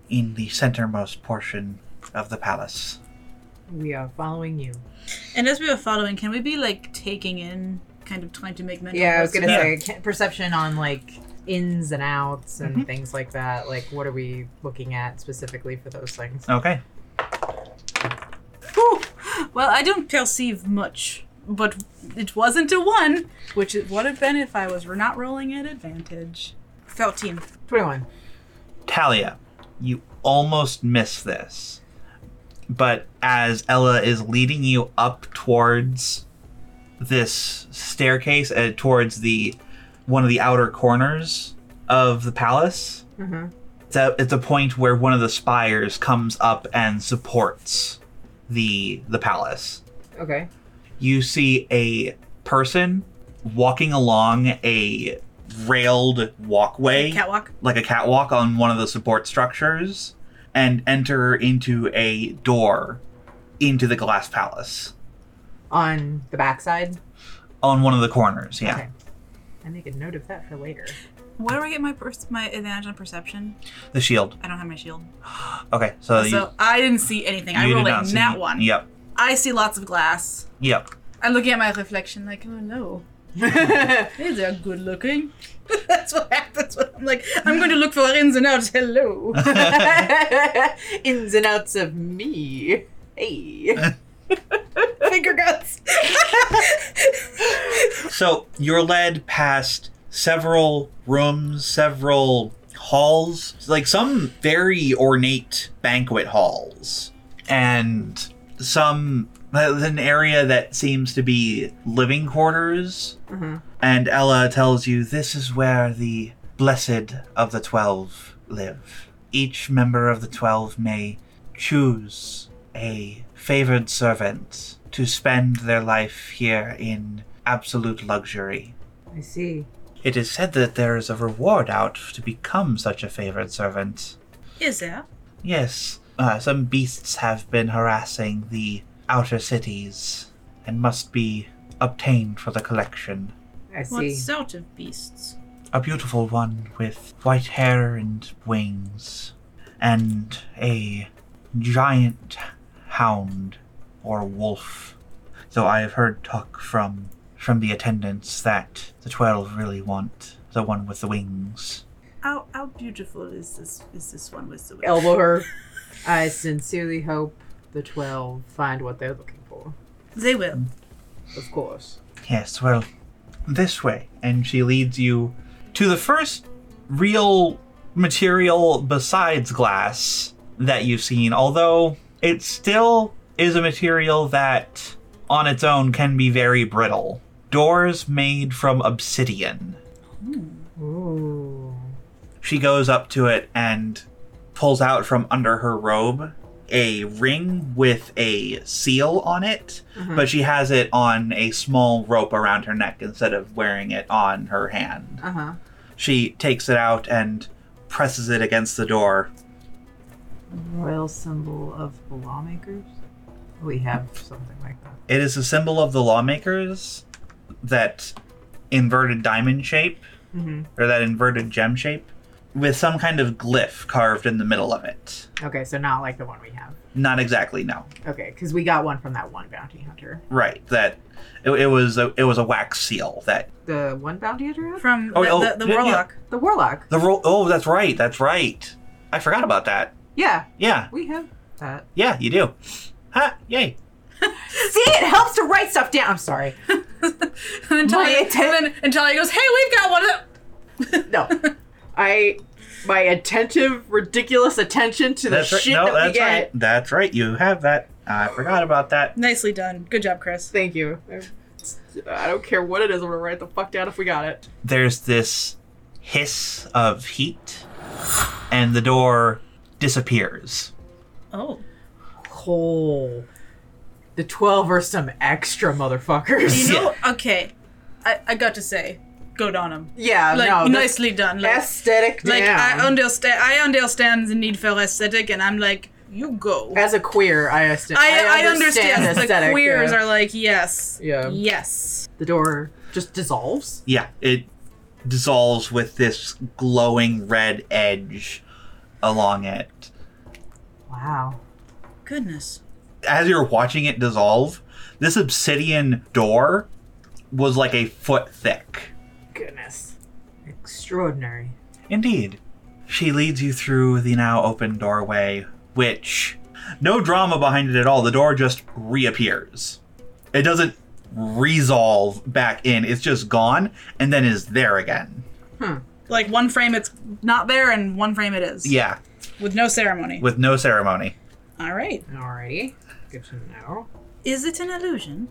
in the centermost portion of the palace.
We are following you.
And as we were following, can we be like taking in, kind of trying to make mental?
Yeah, I was
notes?
gonna say ca- perception on like ins and outs and things like that. Like, what are we looking at specifically for those things?
Okay.
Well, I don't perceive much, but it wasn't a one, which it would have been if I was not rolling at advantage. Thirteen.
Twenty-one.
Talia, you almost miss this. But as Ella is leading you up towards this staircase, uh, towards the one of the outer corners of the palace,
Mm-hmm.
it's at, at the point where one of the spires comes up and supports the the palace.
Okay.
You see a person walking along a railed walkway
Catwalk.
like a catwalk on one of the support structures and enter into a door into the glass palace
On the backside.
on one of the corners. Yeah.
I make a note of that for later.
Where do I get my per- my advantage on perception?
The shield.
I don't have my shield.
Okay, so, Uh, you,
so I didn't see anything. I
you
rolled
did
a
not see-
nat one.
Yep.
I see lots of glass.
Yep.
I'm looking at my reflection like, oh no. These are good looking. That's what happens when I'm like, I'm going to look for ins and
(laughs)
outs. (laughs) Hello.
Ins and outs of me. Hey.
Finger guts.
So you're led past several rooms, several halls, like some very ornate banquet halls, and some an area that seems to be living quarters. And Ella tells you this is where the blessed of the twelve live. Each member of the twelve may choose a favored servant to spend their life here in absolute luxury.
I see.
It is said that there is a reward out to become such a favored servant.
Is there?
Yes, uh, some beasts have been harassing the outer cities and must be obtained for the collection.
I
What sort of beasts?
a beautiful one with white hair and wings, and a giant hound or wolf. Though I have heard talk from from the attendants that the twelve really want the one with the wings.
How how beautiful is this is this one with the
Elbow her. I sincerely hope the 12 find what they're looking for.
They will.
Of course.
Yes, well, this way. And she leads you to the first real material besides glass that you've seen, although it still is a material that on its own can be very brittle. Doors made from obsidian.
Ooh.
She goes up to it and pulls out from under her robe a ring with a seal on it,
Mhm.
but she has it on a small rope around her neck instead of wearing it on her hand.
Uh huh.
She takes it out and presses it against the door.
Royal symbol of the lawmakers? We have something like that.
It is a symbol of the lawmakers, that inverted diamond shape,
Mm-hmm.
or that inverted gem shape, with some kind of glyph carved in the middle of it.
Okay, so not like the one we have.
Not exactly, no.
Okay, because we got one from that one bounty hunter.
Right, that it, it was a it was a wax seal that
The one bounty hunter?
From
Oh, the- oh, the- the yeah, yeah. warlock.
The warlock.
the roll. Oh, that's right, that's right. I forgot about that.
Yeah.
Yeah,
We have that.
yeah, you do. Ha! Yay!
See, it helps to write stuff down. I'm sorry.
(laughs) and
My
Talia,
atten-
and then and Talia goes, "Hey, we've got one of them."
I my attentive, ridiculous attention to the
That's right.
shit
No,
that we
that's
get.
right. That's right. You have that. I forgot about that.
Nicely done. Good job, Chris.
Thank you. I don't care what it is. I'm gonna write the fuck down if we got it.
there's this hiss of heat, and the door disappears.
Oh.
Cool. The twelve are some extra motherfuckers.
You know, Oh, okay, I, I got to say, good on him.
Yeah,
like
no, that's-
nicely done. Like,
aesthetic
Like
down.
I understand. I understand the need for aesthetic, and I'm like, you go.
As a queer, I understand.
I, I understand. the
aesthetic,
queers
yeah.
are like, yes,
Yeah.
yes.
The door just dissolves.
Yeah, it dissolves with this glowing red edge along it.
Wow.
Goodness.
As you're watching it dissolve, this obsidian door was like a foot thick.
Goodness. Extraordinary.
Indeed. She leads you through the now open doorway, which no drama behind it at all. The door just reappears. It doesn't resolve back in. It's just gone and then is there again.
Like one frame, it's not there, and one frame it is.
Yeah,
With no ceremony.
with no ceremony.
All right.
Alrighty. Good to know.
Is it an illusion?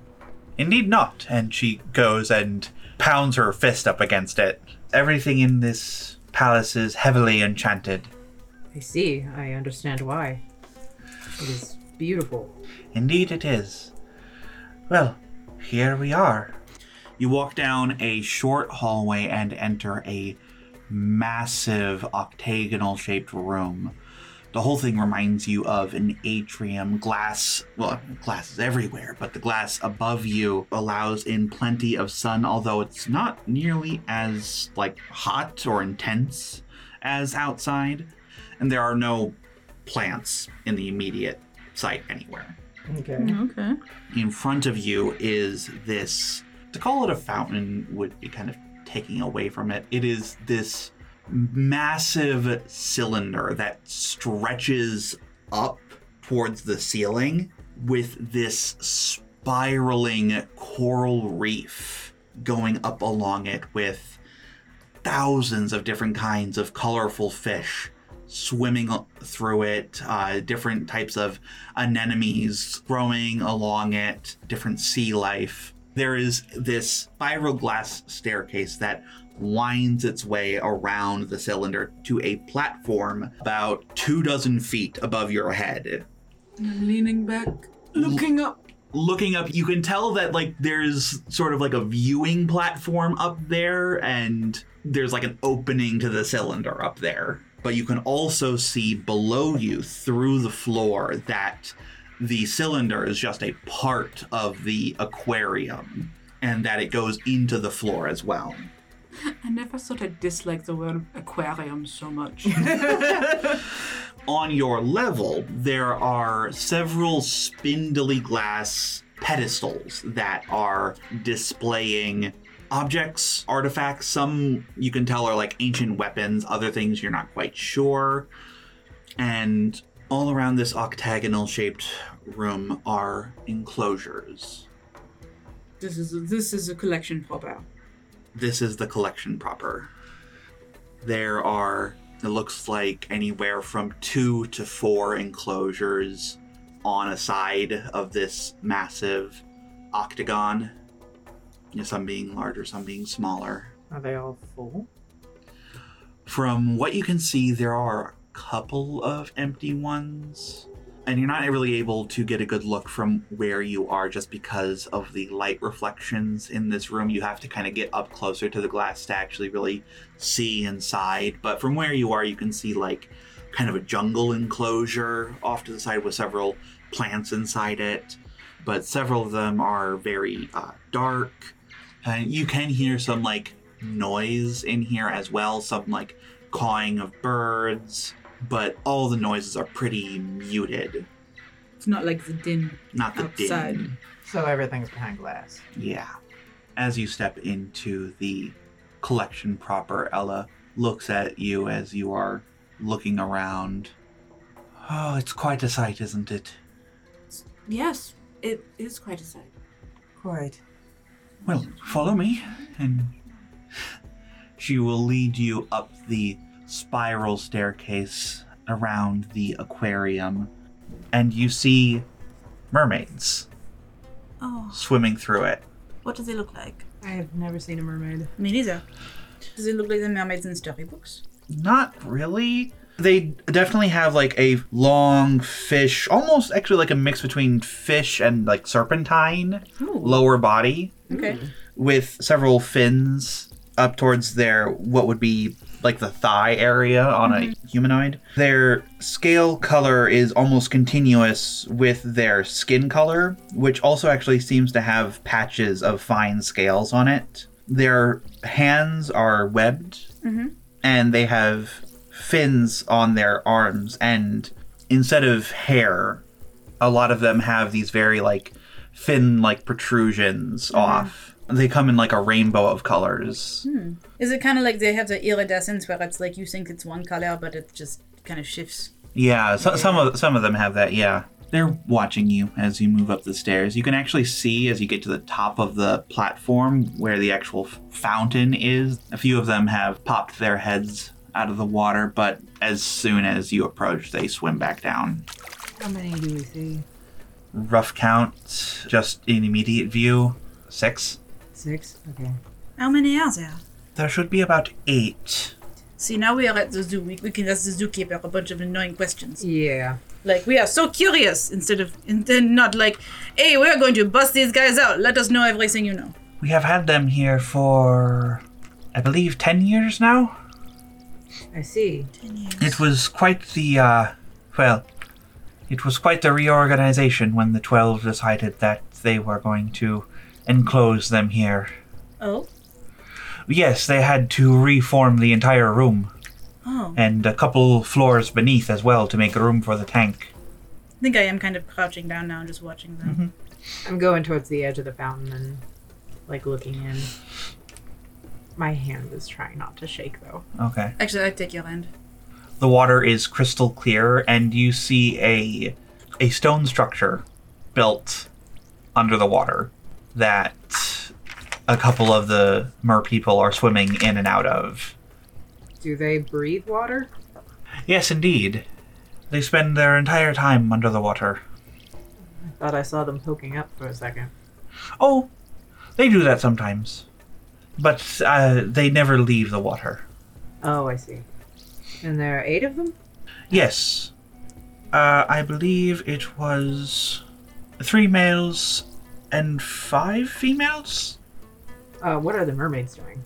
Indeed not. And she goes and pounds her fist up against it. Everything in this palace is heavily enchanted.
I see. I understand why. It is beautiful.
Indeed, it is. Well, here we are.
You walk down a short hallway and enter a massive octagonal shaped room. The
The whole thing reminds you of an atrium glass. Well, glass is everywhere, but the glass above you allows in plenty of sun, although it's not nearly as like hot or intense as outside. And there are no plants in the immediate sight anywhere.
Okay.
Okay.
In front of you is this, to call it a fountain would be kind of taking away from it. It is this massive cylinder that stretches up towards the ceiling with this spiraling coral reef going up along it with thousands of different kinds of colorful fish swimming al- through it, uh, different types of anemones growing along it, different sea life. There is this spiroglass staircase that winds its way around the cylinder to a platform about two dozen feet above your head
I'm leaning back, looking up.
looking up you can tell that like there's sort of like a viewing platform up there and there's like an opening to the cylinder up there but you can also see below you through the floor that the cylinder is just a part of the aquarium and that it goes into the floor as well
I never thought I disliked the word aquarium so much.
on your level, there are several spindly glass pedestals that are displaying objects, artifacts. Some you can tell are like ancient weapons, other things you're not quite sure. And all around this octagonal shaped room are enclosures.
(laughs) this is this is a collection proper.
This is the collection proper. There are, it looks like, anywhere from two to four enclosures on a side of this massive octagon. You know, some being larger, some being smaller.
Are they all full?
From what you can see, there are a couple of empty ones. And you're not really able to get a good look from where you are just because of the light reflections in this room. You have to kind of get up closer to the glass to actually really see inside. But from where you are, you can see like kind of a jungle enclosure off to the side with several plants inside it. But several of them are very uh, dark. And Uh, you can hear some like noise in here as well, some like cawing of birds, but all the noises are pretty muted.
It's not like the din.
Not the din.
Outside.
So everything's behind glass.
Yeah. As you step into the collection proper, Ella looks at you as you are looking around. Oh, it's quite a sight, isn't it?
Yes, it is quite a sight.
Quite.
Well, follow me, and she will lead you up the spiral staircase around the aquarium, and you see mermaids
Oh,
swimming through it.
what do they look like?
I have never seen a mermaid.
Me neither. Does it look like the mermaids in storybooks?
Not really. They definitely have like a long fish, almost actually like a mix between fish and like serpentine lower body.
Okay.
with several fins up towards their what would be like the thigh area on a humanoid. Their scale color is almost continuous with their skin color, which also actually seems to have patches of fine scales on it. Their hands are webbed
Mm-hmm.
and they have fins on their arms and instead of hair a lot of them have these very like fin like protrusions off they come in like a rainbow of colors
Hmm. Is it kind of like they have the iridescence where it's like you think it's one color, but it just kind of shifts?
yeah so, some of some of them have that yeah they're watching you as you move up the stairs you can actually see as you get to the top of the platform where the actual f- fountain is a few of them have popped their heads out of the water but as soon as you approach they swim back down
How many do we see?
rough count, just in immediate view, six.
Six. Okay.
How many are there?
There should be about eight.
See, now we are at the zoo. We, we can ask the zookeeper a bunch of annoying questions.
Yeah.
Like, we are so curious instead of, and then not like, hey, we're going to bust these guys out. Let us know everything you know.
We have had them here for, I believe, ten years now.
I see.
It was quite the uh, Well, it was quite a reorganization when the Twelve decided that they were going to enclose them here.
Oh.
Yes, they had to reform the entire room
Oh.
and a couple floors beneath as well to make room for the tank.
I think I am kind of crouching down now and just watching them.
I'm going towards the edge of the fountain and like looking in. My hand is trying not to shake though.
Okay.
Actually, I take your hand.
The water is crystal clear, and you see a a stone structure built under the water that a couple of the mer people are swimming in and out of.
Do they breathe water?
Yes, indeed. They spend their entire time under the water.
I thought I saw them poking up for a second.
Oh, they do that sometimes, but uh, they never leave the water.
Oh, I see. And there are eight of them?
Yes. Uh, I believe it was three males and five females.
Uh, what are the mermaids doing?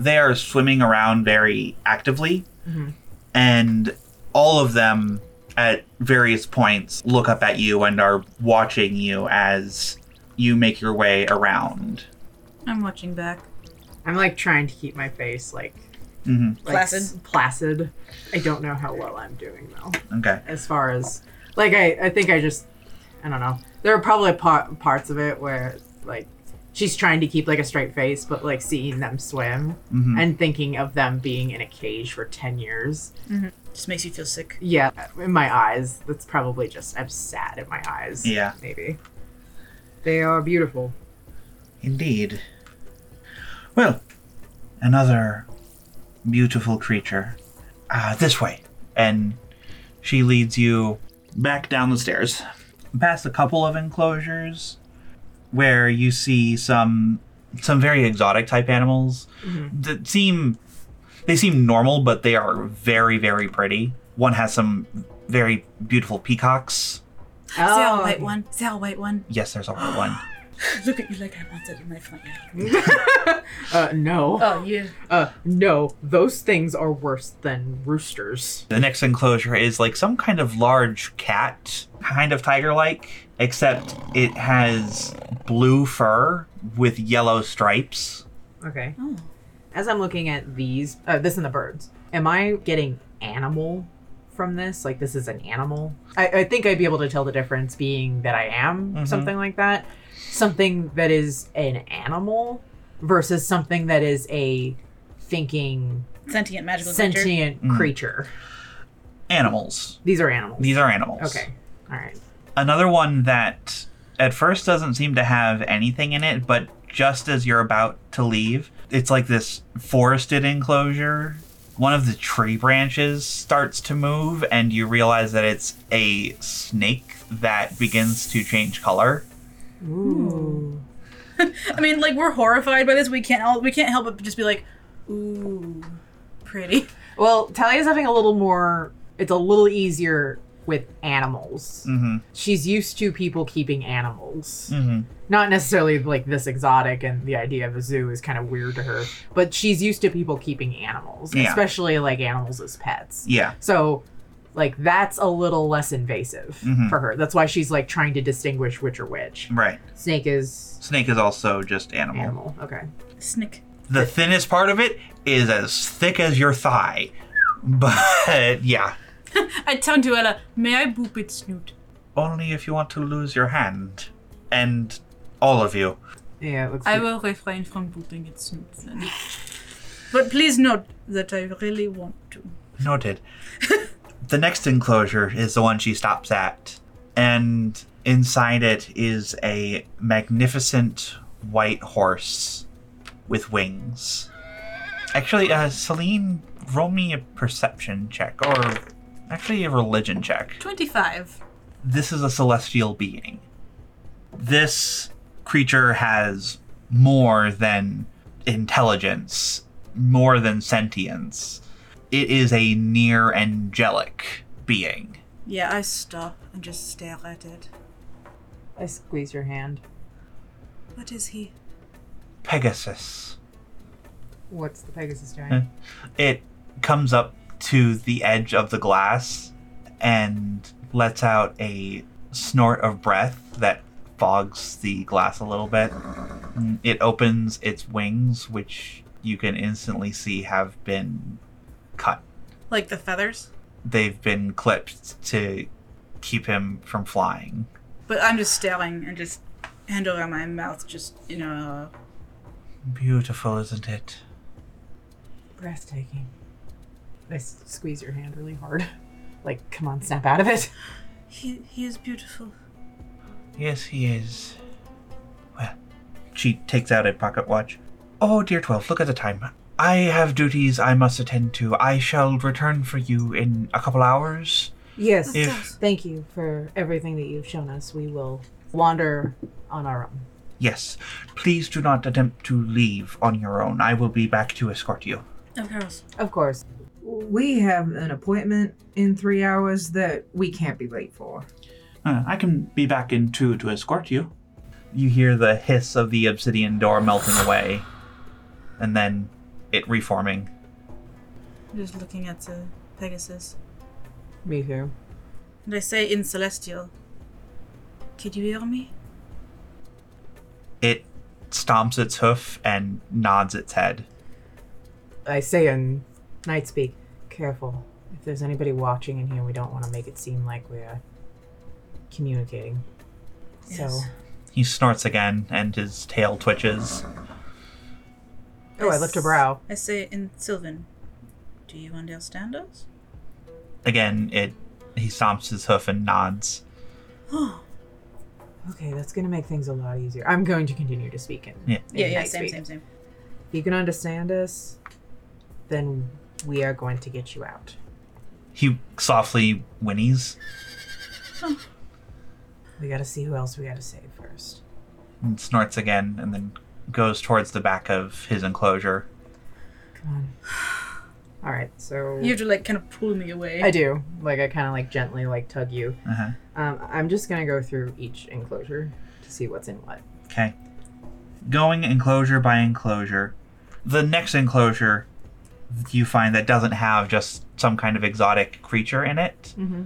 They are swimming around very actively,
Mm-hmm.
and all of them at various points look up at you and are watching you as you make your way around.
I'm watching back.
I'm like trying to keep my face like,
Mm-hmm.
like s- placid. I don't know how well I'm doing though.
Okay.
As far as like I, I think I just I don't know. There are probably par- parts of it where like she's trying to keep like a straight face, but like seeing them swim
Mm-hmm.
Mhm.
and thinking of them being in a cage for ten years.
Mm-hmm. Just makes you feel sick.
Yeah, in my eyes, that's probably just I'm sad at my eyes.
Yeah.
maybe. They are beautiful.
Indeed. Well, another beautiful creature. Ah, this way. And she leads you
back down the stairs,
past a couple of enclosures where you see some some very exotic type animals
Mhm.
that seem they seem normal, but they are very very pretty. One has some very beautiful peacocks.
Is there a white one? Is there a white one?
Yes, there's a white one.
Look at you like I want that in my front yard.
Uh, no.
Oh, yeah.
Uh, no. Those things are worse than roosters.
The next enclosure is like some kind of large cat, kind of tiger like, except it has blue fur with yellow stripes.
Okay.
Oh.
As I'm looking at these, uh, this and the birds, am I getting animal from this? Like, this is an animal? I, I think I'd be able to tell the difference being that I am
Mhm.
something like that. Something that is an animal versus something that is a thinking,
Sentient magical creature.
sentient
Mm.
creature.
Animals.
These are animals.
These are animals.
Okay. All right.
Another one that at first doesn't seem to have anything in it, but just as you're about to leave, it's like this forested enclosure. One of the tree branches starts to move, and you realize that it's a snake that begins to change color.
Ooh.
I mean, like we're horrified by this. We can't all we can't help but just be like, ooh, pretty.
Well, Talia's having a little more, it's a little easier with animals.
Mm-hmm.
She's used to people keeping animals.
Mm-hmm.
Not necessarily like this exotic, and the idea of a zoo is kind of weird to her, but she's used to people keeping animals,
Yeah.
especially like animals as pets.
Yeah.
So, like, that's a little less invasive
Mhm.
for her. That's why she's like trying to distinguish which are which.
Right.
Snake is
Snake is also just animal.
animal. Okay.
Snick.
The thinnest part of it is as thick as your thigh. (laughs) But yeah,
(laughs) I turn to Ella. May I boop its snoot?
only if you want to lose your hand. And all of you.
Yeah, it looks
I will refrain from booping its snoot then. but please note that I really want to.
Noted. (laughs) the next enclosure is the one she stops at, and inside it is a magnificent white horse with wings. Actually, uh, Celine, roll me a perception check, or actually a religion check.
Twenty-five.
this is a celestial being. This creature has more than intelligence, more than sentience. It is a near angelic being.
Yeah, I stop and just stare at it.
I squeeze your hand.
What is he?
Pegasus.
What's the Pegasus doing?
It comes up to the edge of the glass and lets out a snort of breath that fogs the glass a little bit. Mm, It opens its wings, which you can instantly see have been cut.
Like the feathers?
They've been clipped to keep him from flying.
But I'm just staring and just hand over my mouth, just, you know.
Beautiful, isn't it?
Breathtaking. I s- squeeze your hand really hard. (laughs) Like, come on, snap out of it. (laughs)
He, he is beautiful.
Yes, he is. Well, she takes out a pocket watch. Oh, dear 12, look at the time. I have duties I must attend to. I shall return for you in a couple hours.
Yes.
If,
Thank you for everything that you've shown us. We will wander on our own.
yes, please do not attempt to leave on your own. I will be back to escort you.
Of course.
Of course.
We have an appointment in three hours that we can't be late for.
Uh, I can be back in two to escort you.
You hear the hiss of the obsidian door melting away, and then it reforming.
Just looking at the Pegasus.
Me too.
And I say in Celestial, Could you hear me?
It stomps its hoof and nods its head.
I say in night speak, careful. If there's anybody watching in here, we don't want to make it seem like we're communicating. So,
Yes.
He snorts again, and his tail twitches.
oh, I lift a brow.
I say in Sylvan, Do you understand us?
Again, it he stomps his hoof and nods.
Okay, that's going to make things a lot easier. I'm going to continue to speak in.
Yeah.
in
yeah, yeah,
Night
same,
Speak.
same, same.
If you can understand us, then we are going to get you out.
He softly whinnies
We got to see who else we got to save first.
and snorts again, and then goes towards the back of his enclosure.
All right, so
You have to, like, kind of pull me away.
I do. Like I kind of like gently like tug you.
Uh-huh.
Um, I'm just gonna go through each enclosure to see what's in what.
Okay. Going enclosure by enclosure. The next enclosure you find that doesn't have just some kind of exotic creature in it
Mm-hmm.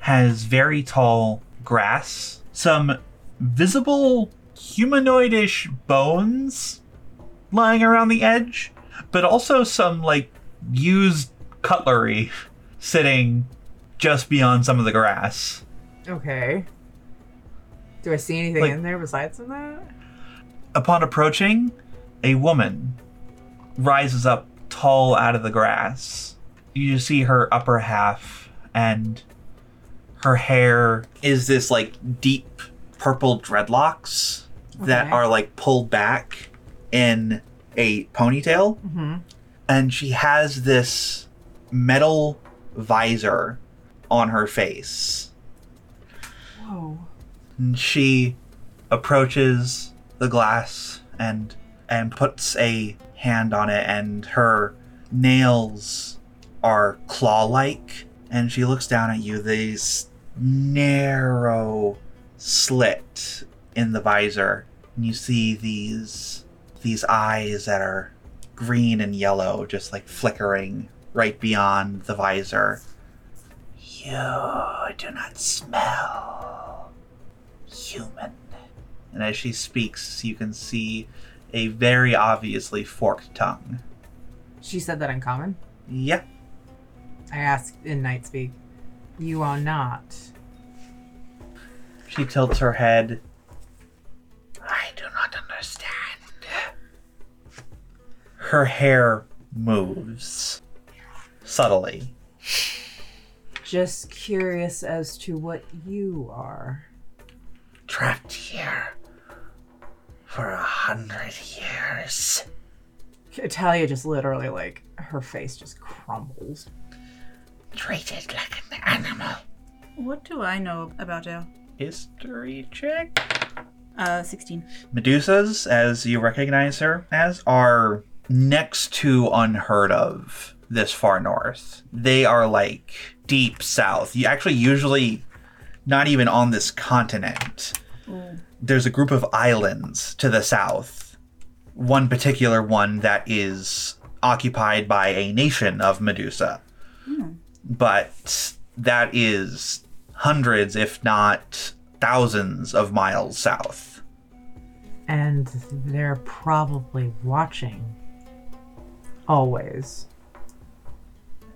has very tall grass, some visible humanoidish bones lying around the edge, but also some like used cutlery (laughs) sitting just beyond some of the grass.
Okay. Do I see anything
Like-
in there besides in that?
Upon approaching, a woman rises up tall out of the grass. You just see her upper half, and her hair is this like deep purple dreadlocks that
Okay.
are like pulled back in a ponytail.
Mm-hmm.
And she has this metal visor on her face.
Whoa.
And she approaches the glass and and puts a hand on it and her nails are claw-like and she looks down at you this narrow slit in the visor and you see these these eyes that are green and yellow just like flickering right beyond the visor You do not smell human. and as she speaks, you can see a very obviously forked tongue.
She said that in common.
Yep.
I asked in night speak. You are not.
She tilts her head. I do not understand. Her hair moves subtly.
Just curious as to what you are.
Trapped here for a hundred years.
Italia just literally like her face just crumbles.
Treated like an animal.
What do I know about her?
History check?
Uh, 16.
Medusas, as you recognize her as, are next to unheard of this far north. They are like deep south. You actually usually not even on this continent. There's a group of islands to the south. One particular one that is occupied by a nation of Medusa. But
That is hundreds, if not thousands, of miles south.
And they're probably watching. Always.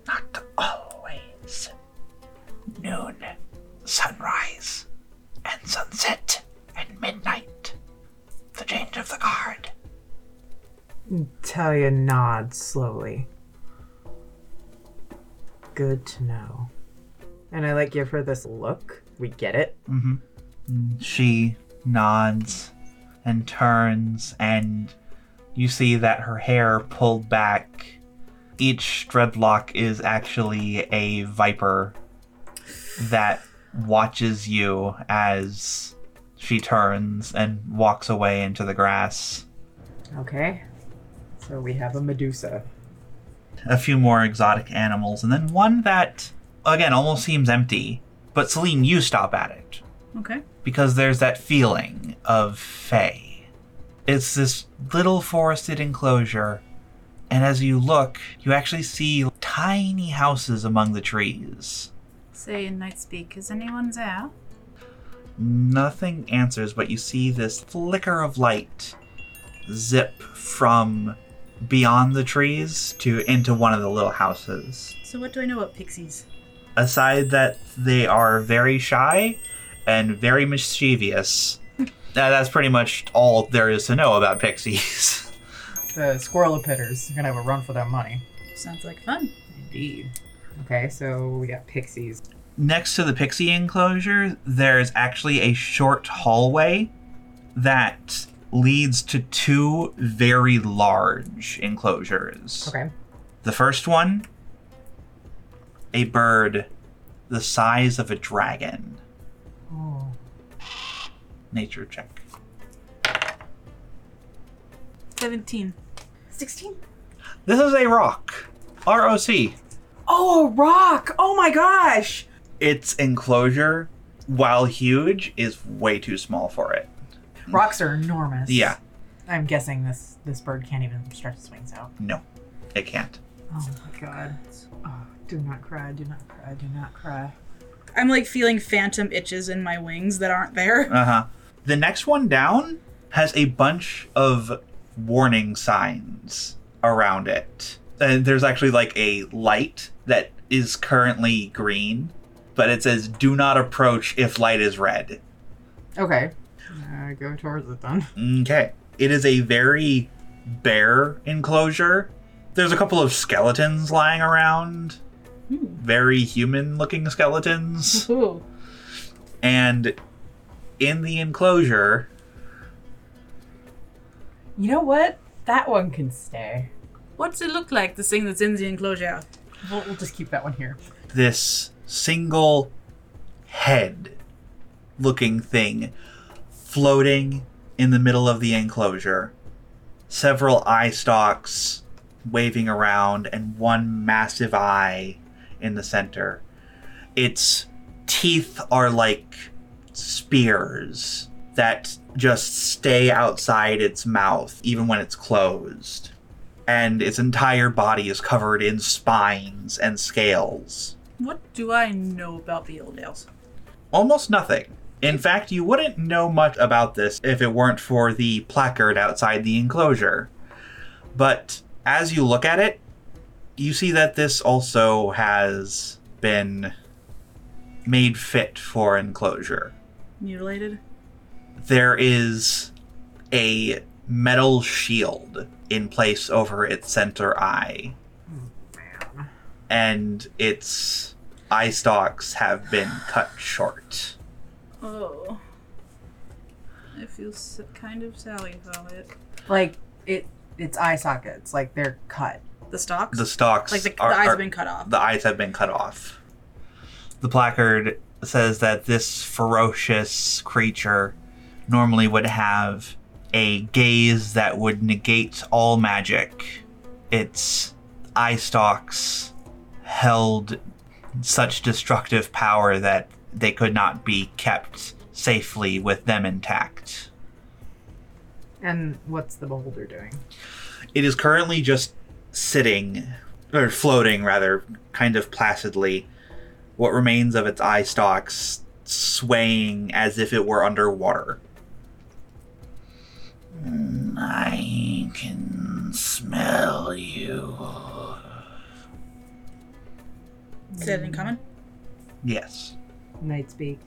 Not always. Noon, sunrise, and sunset, and midnight. The change of the guard.
Talia nods slowly. Good to know. And I like give her this look. We get it.
Mm-hmm. She nods and turns, and you see that her hair pulled back. Each dreadlock is actually a viper that watches you as she turns and walks away into the grass.
Okay. So we have a Medusa.
A few more exotic animals, and then one that, again, almost seems empty. But Celine, you stop at it.
Okay.
because there's that feeling of fey. It's this little forested enclosure, and as you look, you actually see tiny houses among the trees.
Say in night speak, is anyone there?
Nothing answers, but you see this flicker of light zip from beyond the trees to into one of the little houses.
So what do I know about pixies?
aside that they are very shy and very
(laughs)
mischievous. Now, that's pretty much all there is to know about pixies. (laughs)
The squirrelipitters. You're gonna have a run for their money.
Sounds like fun.
Indeed. Okay, so we got pixies.
Next to the pixie enclosure, there's actually a short hallway that leads to two very large enclosures.
Okay.
The first one, a bird the size of a dragon.
Oh.
Nature check.
17. 16?
This is a rock. R O C.
Oh, a rock! Oh my gosh!
Its enclosure, while huge, is way too small for it.
Rocks are enormous.
Yeah,
I'm guessing this this bird can't even stretch its wings out.
no, it can't.
Oh my god. Oh, do not cry, do not cry, do not cry.
I'm like feeling phantom itches in my wings that aren't there.
Uh huh. The next one down has a bunch of warning signs around it. And there's actually like a light that is currently green, but it says do not approach if light is red.
Okay. Uh, go towards it then.
Okay. It is a very bare enclosure. There's a couple of skeletons lying around, very human looking skeletons.
Ooh.
And in the enclosure,
You know what? That one can stay.
What's it look like, this thing that's in the enclosure?
We'll, we'll just keep that one here.
this single head looking thing floating in the middle of the enclosure. Several eye stalks waving around, and one massive eye in the center. Its teeth are like spears that just stay outside its mouth, even when it's closed and its entire body is covered in spines and scales.
What do I know about the old elves?
Almost nothing. In fact, you wouldn't know much about this if it weren't for the placard outside the enclosure. But as you look at it, you see that this also has been made fit for enclosure.
Mutilated?
There is a metal shield in place over its center eye. and its eye stalks have been cut short.
Oh. I feel s- kind of sorry about it.
Like it, it's eye sockets. Like they're cut.
The stalks?
The stalks
Like the,
are-
the eyes
are-
have been cut off.
The eyes have been cut off. The placard says that this ferocious creature normally would have a gaze that would negate all magic. Its eye stalks held such destructive power that they could not be kept safely with them intact.
And what's the beholder doing?
It is currently just sitting, or floating rather, kind of placidly, what remains of its eye stalks swaying as if it were underwater.
I can smell you.
Is that in common?
Yes.
Night speak.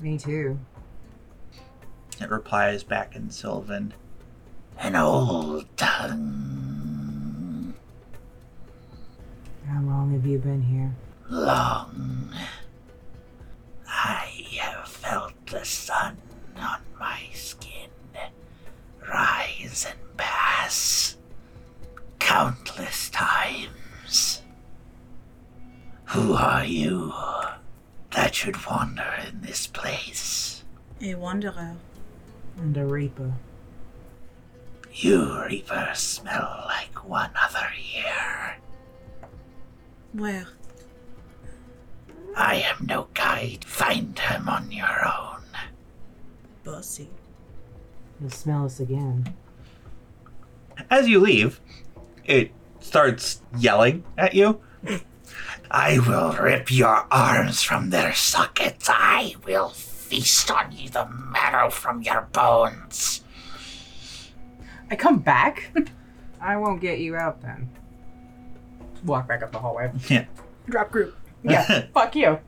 Me too.
It replies back in Sylvan.
An old tongue.
How long have you been here?
Long. I have felt the sun on my skin rise and pass countless times. Who are you that should wander in this place?
A wanderer.
And a reaper.
You reapers smell like one other here.
Where?
I am no guide. Find him on your own.
Bossy.
You'll smell us again.
As you leave, it starts yelling at you.
I will rip your arms from their sockets. I will feast on you the marrow from your bones.
I
(laughs)
come back? I won't get you out then. Walk back up the hallway.
Yeah.
Drop group.
Yeah. fuck (laughs) you.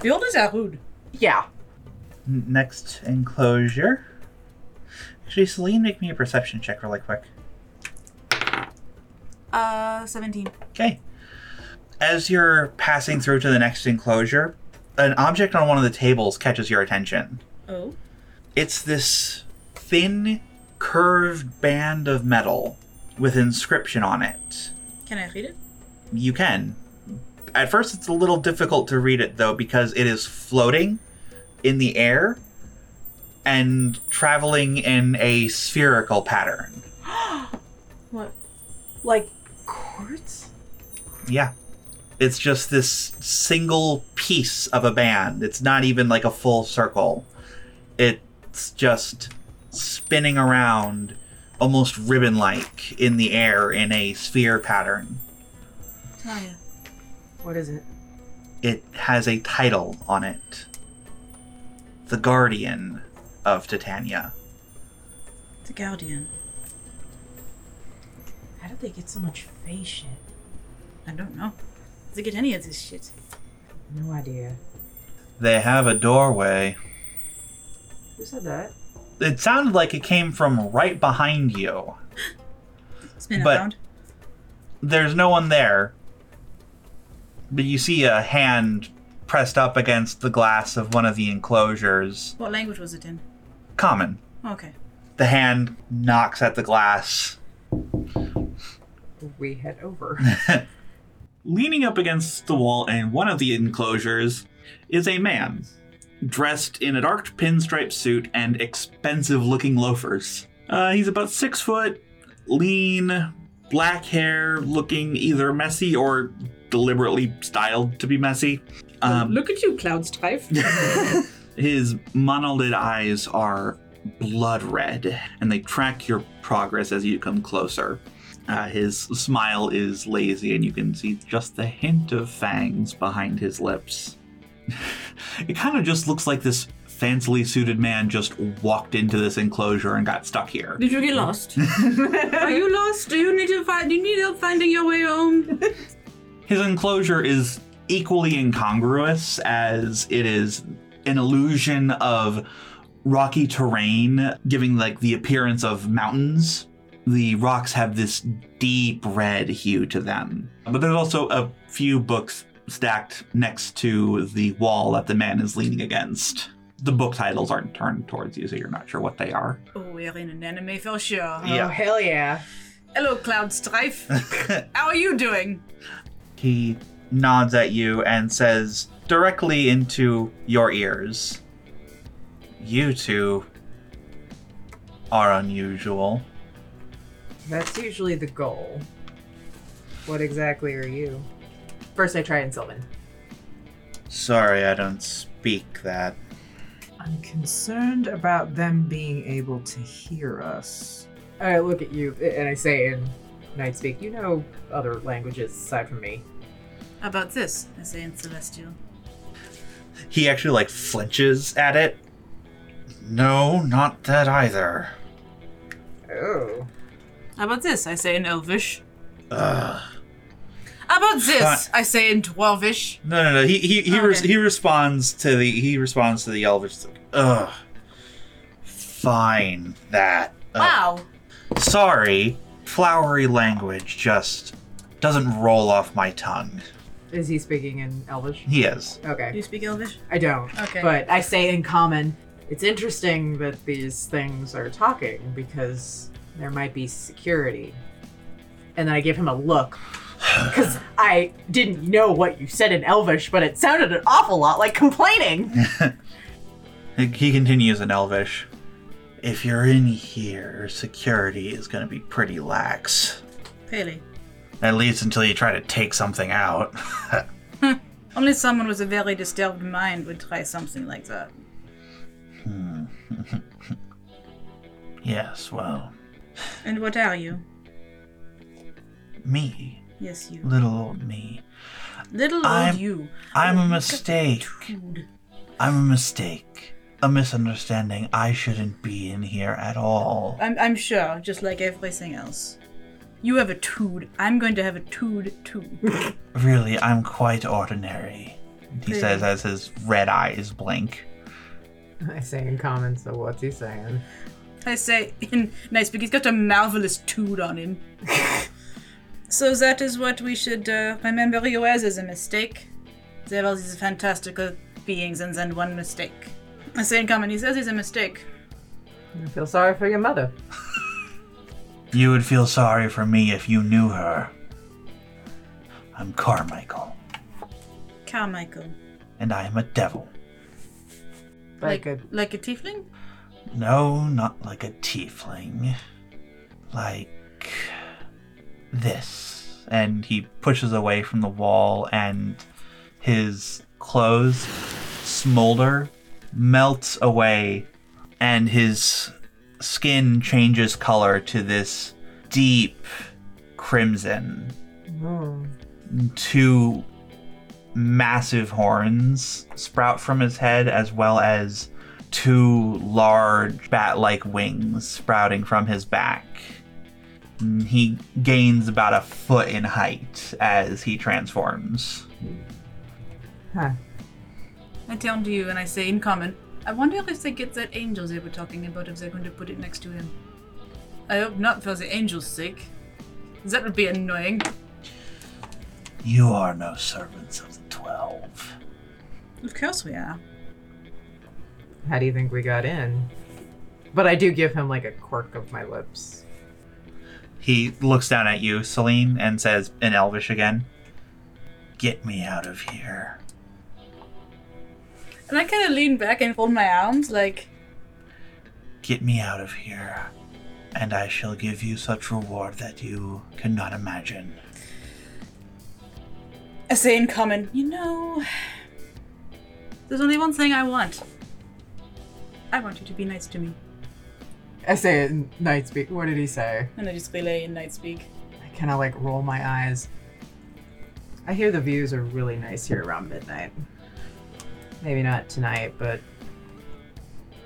The oldest are rude.
Yeah.
N- Next enclosure. Actually, Celine, make me a perception check really quick.
Uh, 17.
Okay. As you're passing through to the next enclosure, an object on one of the tables catches your attention.
Oh.
It's this thin, curved band of metal with inscription on it.
Can I read it?
You can. At first, it's a little difficult to read it though because it is floating in the air and traveling in a spherical
(gasps)
pattern.
What?
Like quartz?
Yeah. It's just this single piece of a band. It's not even like a full circle. It's just spinning around almost ribbon like in the air in a sphere pattern.
Tanya.
What is it?
It has a title on it The Guardian of Titania.
The Guardian.
How did they get so much face shit?
I don't know. Does it get any of this shit?
No idea.
They have a doorway.
Who said that?
It sounded like it came from right behind you.
Spin
But-
around.
there's no one there. But you see a hand pressed up against the glass of one of the enclosures.
What language was it in?
Common.
Okay.
The hand knocks at the glass.
We head
(laughs)
over.
Leaning up against the wall in one of the enclosures is a man, dressed in a dark pinstripe suit and expensive looking loafers. Uh, he's about six foot, lean, black hair, looking either messy or deliberately styled to be messy. Um,
Look at you, (laughs) Cloudstrife.
(laughs) His monolid eyes are blood red, and they track your progress as you come closer. Uh, his smile is lazy, and you can see just the hint of fangs behind his lips. (laughs) it kind of just looks like this fancily suited man just walked into this enclosure and got stuck here.
Did you get
(laughs)
lost? Are you lost? Do you need to find? Do you need help finding your way home?
His enclosure is equally incongruous as it is an illusion of rocky terrain, giving like the appearance of mountains. The rocks have this deep red hue to them. But there's also a few books stacked next to the wall that the man is leaning against. The book titles aren't turned towards you, so you're not sure what they are.
Oh, we're in an anime for sure.
Yeah.
hell yeah.
Hello,
(laughs)
Cloud Strife. How are you doing?
He nods at you and says directly into your ears You two are unusual.
That's usually the goal. What exactly are you? First, I try and Sylvan.
Sorry, I don't speak that.
I'm concerned about them being able to hear us. (laughs)
I look at you and I say in Night Speak, you know other languages aside from me.
About this, I say in Celestial.
He actually like flinches at it.
No, not that either.
Oh.
How about this? I say in Elvish.
Ugh.
How about
Fine.
this? I say in Dwarvish.
No, no, no. He he he, res-
Okay.
he responds to the he responds to the elvish. Ugh.
Fine, that. uh, Ugh.
Wow.
Sorry, flowery language just doesn't roll off my tongue.
Is he speaking in Elvish?
He is.
Okay.
You speak Elvish?
I don't.
Okay.
But I say in common, it's interesting that these things are talking because there might be security. And then I give him a look because I didn't know what you said in Elvish, but it sounded an awful lot like complaining.
He continues in Elvish. If you're in here, security is going to be pretty lax.
Pele.
At least until you try to take something out. (laughs)
Only someone with a very disturbed mind would try something like that.
Hmm. yes, well,
And what are you?
me,
Yes, you.
little old me.
Little
I'm-
old you.
I'm a mistake.
Dude.
I'm a mistake. A misunderstanding. I shouldn't be in here at all.
I'm, I'm sure, just like everything else. You have a tood. I'm going to have a tood too.
Really, I'm quite ordinary. He
Really?
says as his red eyes blink.
I say in common, so what's he saying?
I say, in nice, but he's got a marvelous tood on him. so that is what we should uh, remember you as, as a mistake. There are these fantastical beings and then one mistake. I say in common, he says he's a mistake.
I feel sorry for your mother.
You would feel sorry for me if you knew her. I'm Carmichael,
Carmichael.
and I am a devil.
Like, like, a... tiefling?
No, not like a tiefling. Like this. And he pushes away from the wall, and his clothes smolder, melts away, and his skin changes color to this deep crimson. Two massive horns sprout from his head, as well as two large bat like wings sprouting from his back. And He gains about a foot in height as he transforms.
I turn to you and I say in common, I wonder if they get that angel they were talking about, if they're going to put it next to him. I hope not for the angel's sake. That would be annoying.
You are no servants of the Twelve.
Of course we are.
How do you think we got in? But I do give him like a quirk of my lips.
He looks down at you, Celine, and says in Elvish again, Get me out of here.
And I kind of lean back and fold my arms, like,
Get me out of here, and I shall give you such reward that you cannot imagine.
I say in common, you know, there's only one thing I want. I want you to be nice to me.
I say it in night speak. What did he say?
And I just relay in night speak.
I kind of like roll my eyes. I hear the views are really nice here around midnight. Maybe not tonight, but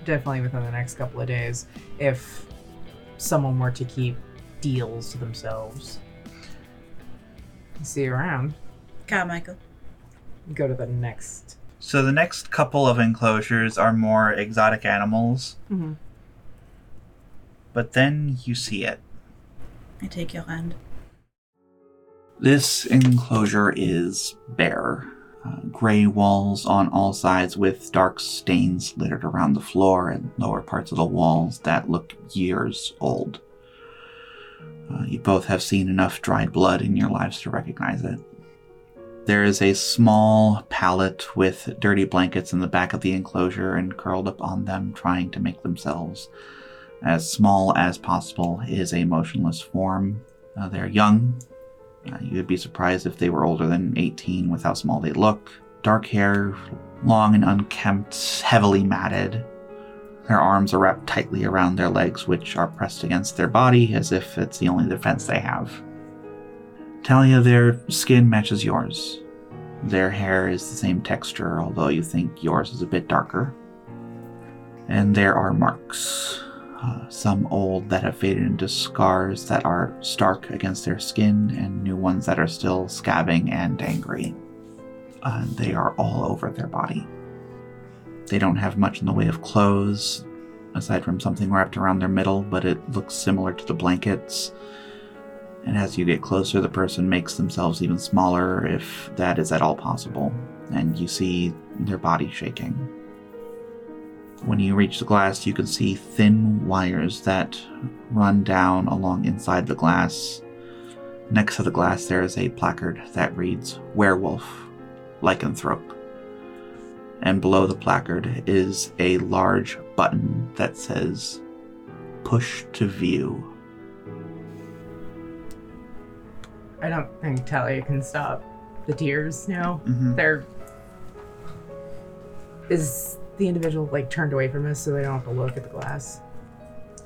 definitely within the next couple of days if someone were to keep deals to themselves. See you around.
Carmichael.
Go to the next.
So the next couple of enclosures are more exotic animals,
Mhm.
but then you see it.
I take your hand.
This enclosure is bare, uh, gray walls on all sides with dark stains littered around the floor and lower parts of the walls that look years old. Uh, you both have seen enough dried blood in your lives to recognize it. There is a small pallet with dirty blankets in the back of the enclosure and curled up on them, trying to make themselves as small as possible, is a motionless form. Uh, they're young, uh, you would be surprised if they were older than 18 with how small they look. Dark hair, long and unkempt, heavily matted. Their arms are wrapped tightly around their legs, which are pressed against their body as if it's the only defense they have. Talia, their skin matches yours.
Their hair is the same texture, although you think yours is a bit darker. And there are marks, uh, some old that have faded into scars that are stark against their skin, and new ones that are still scabbing and angry. Uh, they are all over their body. They don't have much in the way of clothes, aside from something wrapped around their middle, but it looks similar to the blankets. And as you get closer, the person makes themselves even smaller, if that is at all possible, and you see their body shaking. When you reach the glass, you can see thin wires that run down along inside the glass. Next to the glass, there is a placard that reads Werewolf, Lycanthrope. And below the placard is a large button that says Push to View.
I don't think Talia can stop the tears now.
Mhm.
They're. Is the individual like turned away from us so they don't have to look at the glass?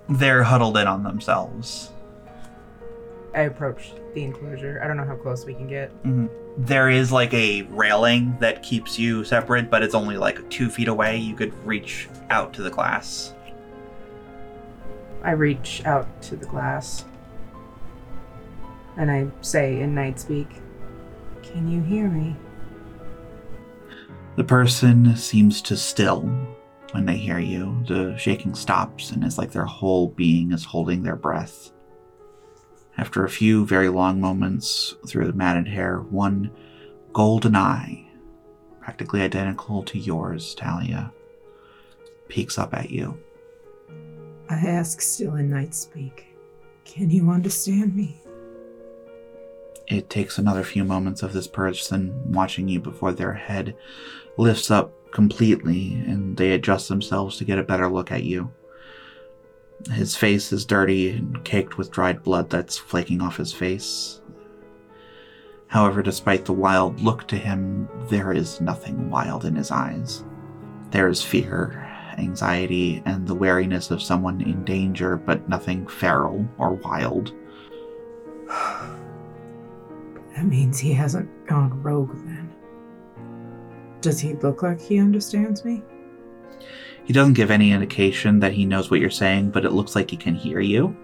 They're huddled in on themselves.
I approach the enclosure. I don't know how close we can get.
There is like a railing that keeps you separate, but it's only like two feet away. You could reach out to the glass.
I reach out to the glass and I say in night speak, Can you hear me?
The person seems to still when they hear you. The shaking stops, and it's like their whole being is holding their breath. After a few very long moments through the matted hair, one golden eye, practically identical to yours, Talia, peeks up at you.
I ask still in night speak. Can you understand me?
It takes another few moments of this person watching you before their head lifts up completely and they adjust themselves to get a better look at you. His face is dirty and caked with dried blood that's flaking off his face. However, despite the wild look to him, there is nothing wild in his eyes. There is fear, anxiety, and the wariness of someone in danger, but nothing feral or wild.
That means he hasn't gone rogue then. Does he look like he understands me?
He doesn't give any indication that he knows what you're saying, but it looks like he can hear you.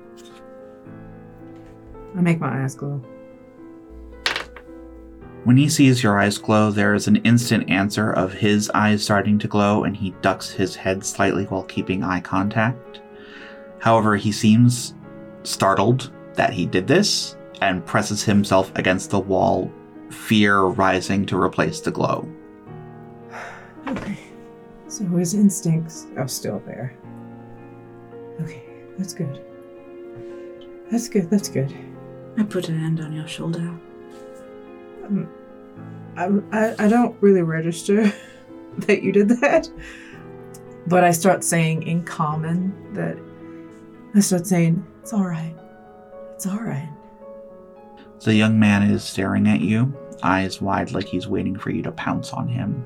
I make my eyes glow.
When he sees your eyes glow, there is an instant answer of his eyes starting to glow, and he ducks his head slightly while keeping eye contact. However, he seems startled that he did this and presses himself against the wall, fear rising to replace the glow.
Okay. So his instincts are still there. Okay, that's good. That's good, that's good.
I put a hand on your shoulder.
Um, I, I, I don't really register (laughs) that you did that. But I start saying in common that I start saying, it's all right. It's all right.
The young man is staring at you, eyes wide like he's waiting for you to pounce on him.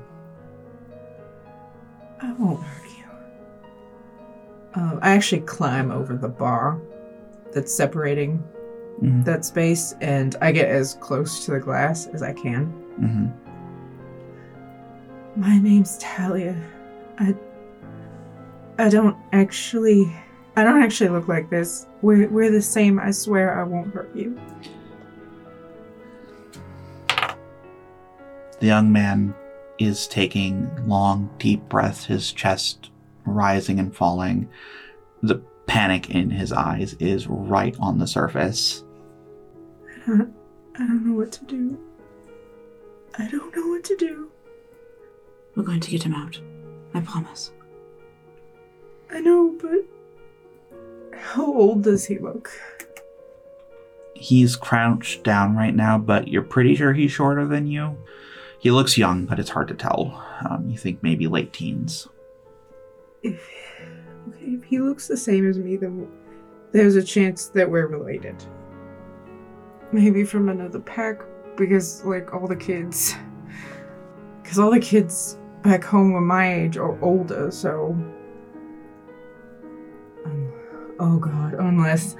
I won't hurt you. Um, I actually climb over the bar that's separating
Mhm.
that space, and I get as close to the glass as I can.
Mm-hmm.
My name's Talia. I I don't actually I don't actually look like this. We're we're the same. I swear I won't hurt you.
The young man is taking long, deep breaths, his chest rising and falling. The panic in his eyes is right on the surface.
I don't, I don't know what to do. I don't know what to do.
We're going to get him out. I promise.
I know, but how old does he look?
He's crouched down right now, but you're pretty sure he's shorter than you. He looks young, but it's hard to tell. Um, you think maybe late teens.
If okay, if he looks the same as me, then there's a chance that we're related. Maybe from another pack, because like all the kids, because all the kids back home were my age or older. So, Um, oh god, unless,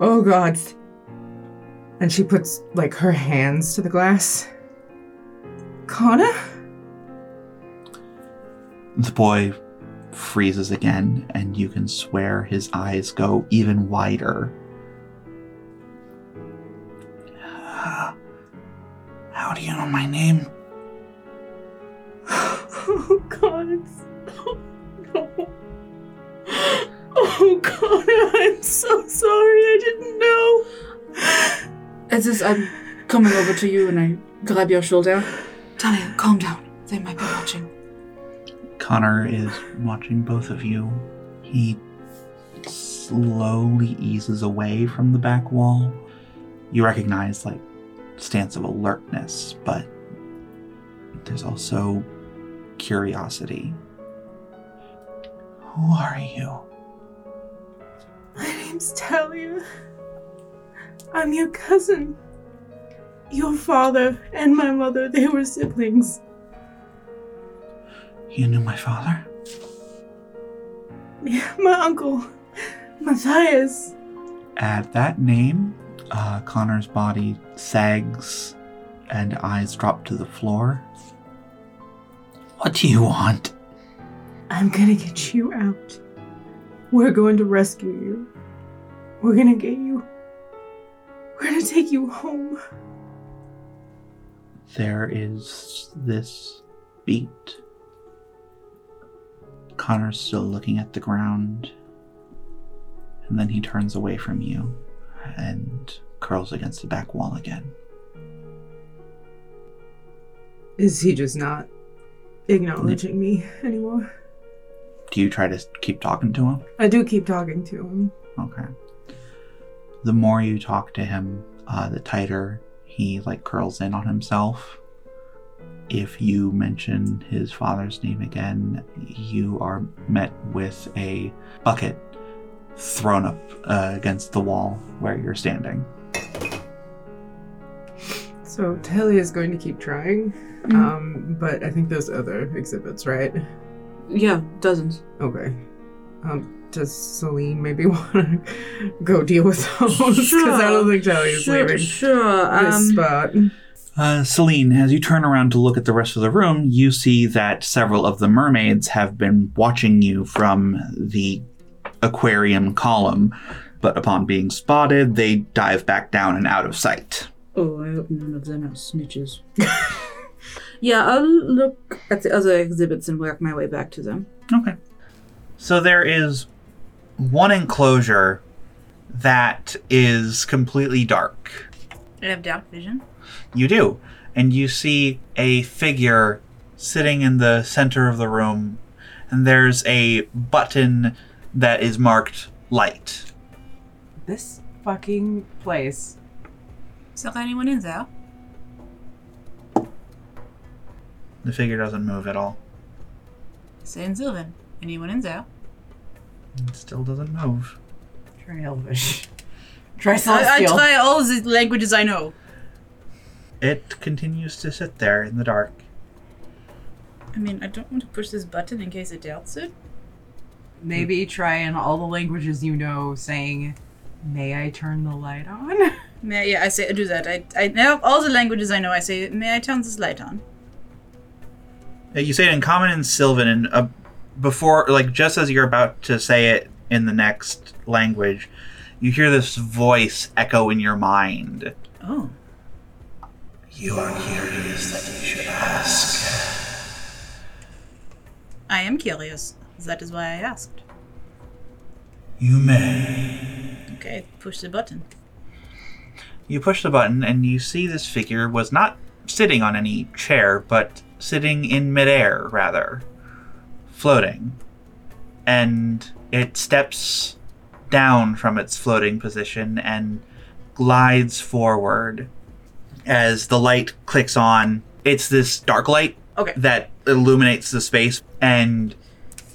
oh god, And she puts like her hands to the glass. Connor?
The boy freezes again, and you can swear his eyes go even wider.
(sighs) How do you know my name?
(laughs) Oh god, it's oh, no. Oh god, I'm so sorry. I didn't know.
As this, I'm coming over to you and I grab your shoulder.
Talia, calm down. They might be watching.
Connor is watching both of you. He slowly eases away from the back wall. You recognize, like, stance of alertness, but there's also curiosity.
Who are you?
My name's Talia. I'm your cousin. Your father and my mother, they were siblings.
You knew my father?
Yeah, my uncle, Matthias.
At that name, uh, Connor's body sags and eyes drop to the floor.
What do you want?
I'm gonna get you out. We're going to rescue you. We're gonna get you.
We're gonna take you home.
There is this beat. Connor's still looking at the ground, and then he turns away from you and curls against the back wall again.
Is he just not acknowledging me anymore?
Do you try to keep talking to him?
I do keep talking to him.
Okay. The more you talk to him, uh, the tighter he like curls in on himself. If you mention his father's name again, you are met with a bucket thrown up uh, against the wall where you're standing.
So Talia is going to keep trying,
Mhm.
um, but I think there's other exhibits, right?
Yeah,
(laughs)
dozens.
Okay. Um, does Celine maybe (laughs) want to go deal with those? Because I don't think Talia's
sure,
leaving
Sure.
this
Um,
spot.
Uh, Celine, as you turn around to look at the rest of the room, you see that several of the mermaids have been watching you from the aquarium column, but upon being spotted, they dive back down and out of sight.
Oh, I hope none of them are snitches. (laughs) yeah, I'll look at the other exhibits and work my way back to them.
Okay.
So there is one enclosure that is completely dark.
I have dark vision.
You do. And you see a figure sitting in the center of the room, and there's a button that is marked light.
This fucking place.
Is there anyone in there?
The figure doesn't move at all.
Saying Sylvan. Anyone in there?
It still doesn't move.
Try Elvish. Try
I, I
Celestial.
try all the languages I know.
It continues to sit there in the dark.
I mean, I don't want to push this button in case it doubts it.
Maybe try in all the languages you know saying, May I turn the light on?
May I, yeah, I say I do that. I I now all the languages I know. I say, may I turn this light on?
Uh, You say it in common and Sylvan, and uh, before, like, just as you're about to say it in the next language, you hear this voice echo in your mind.
Oh.
You are curious that you should ask.
I am curious. That is why I asked.
You may.
Okay, push the button.
You push the button, and you see this figure was not sitting on any chair, but sitting in midair, rather, floating. And it steps down from its floating position and glides forward. As the light clicks on, it's this dark light
Okay.
that illuminates the space, and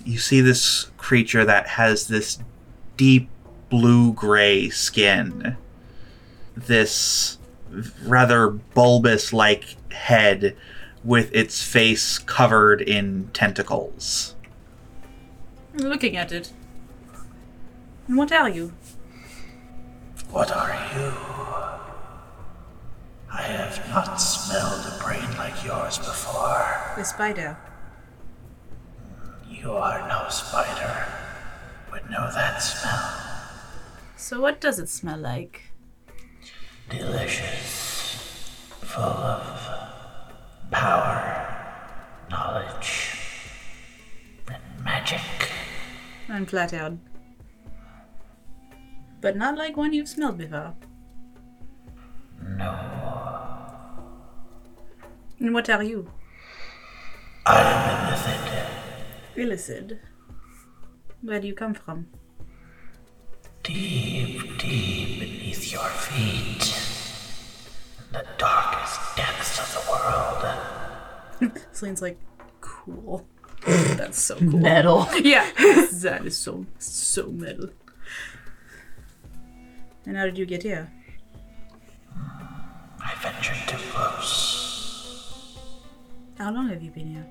you see this creature that has this deep blue gray skin this rather bulbous like head with its face covered in tentacles.
I'm looking at it. And what are you?
What are you?
have not smelled a brain like yours before.
The spider.
You are no spider, but know that smell.
So what does it smell like?
Delicious, full of power, knowledge, and magic.
I'm flattered. But not like one you've smelled before.
No,
And what are you?
I am innocent.
Illicid. Where do you come from?
Deep, deep beneath your feet, in the darkest depths of the world.
Celine's like, cool. That's so cool.
Metal.
(laughs) yeah. That is so, so metal. And how did you get here?
I ventured too close.
How long have you been here?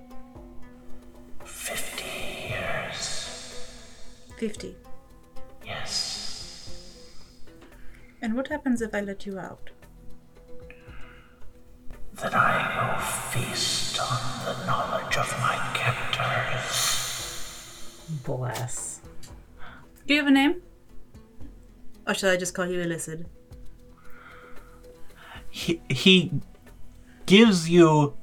Fifty years.
50.
Yes.
And what happens if I let you out?
That I will feast on the knowledge of my captors.
Bless.
Do you have a name? Or shall I just call you Illicid?
He, he gives you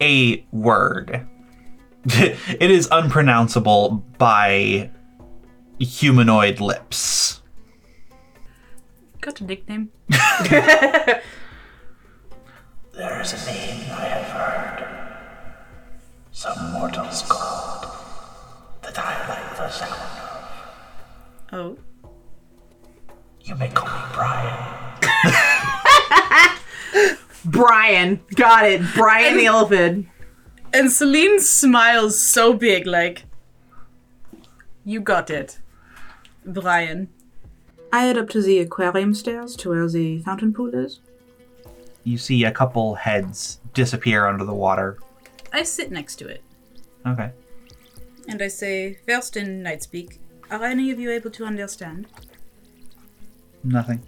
a word. (laughs) it is unpronounceable by humanoid lips.
Got a nickname.
There is a name I have heard. Some mortals called that I like the sound of.
Oh.
You may call me Brian.
Brian. Got it. Brian the elephant.
And Celine smiles so big, like, you got it. Brian.
I head up to the aquarium stairs to where the fountain pool is.
You see a couple heads disappear under the water.
I sit next to it.
Okay.
And I say, first in Nightspeak, are any of you able to understand?
Nothing.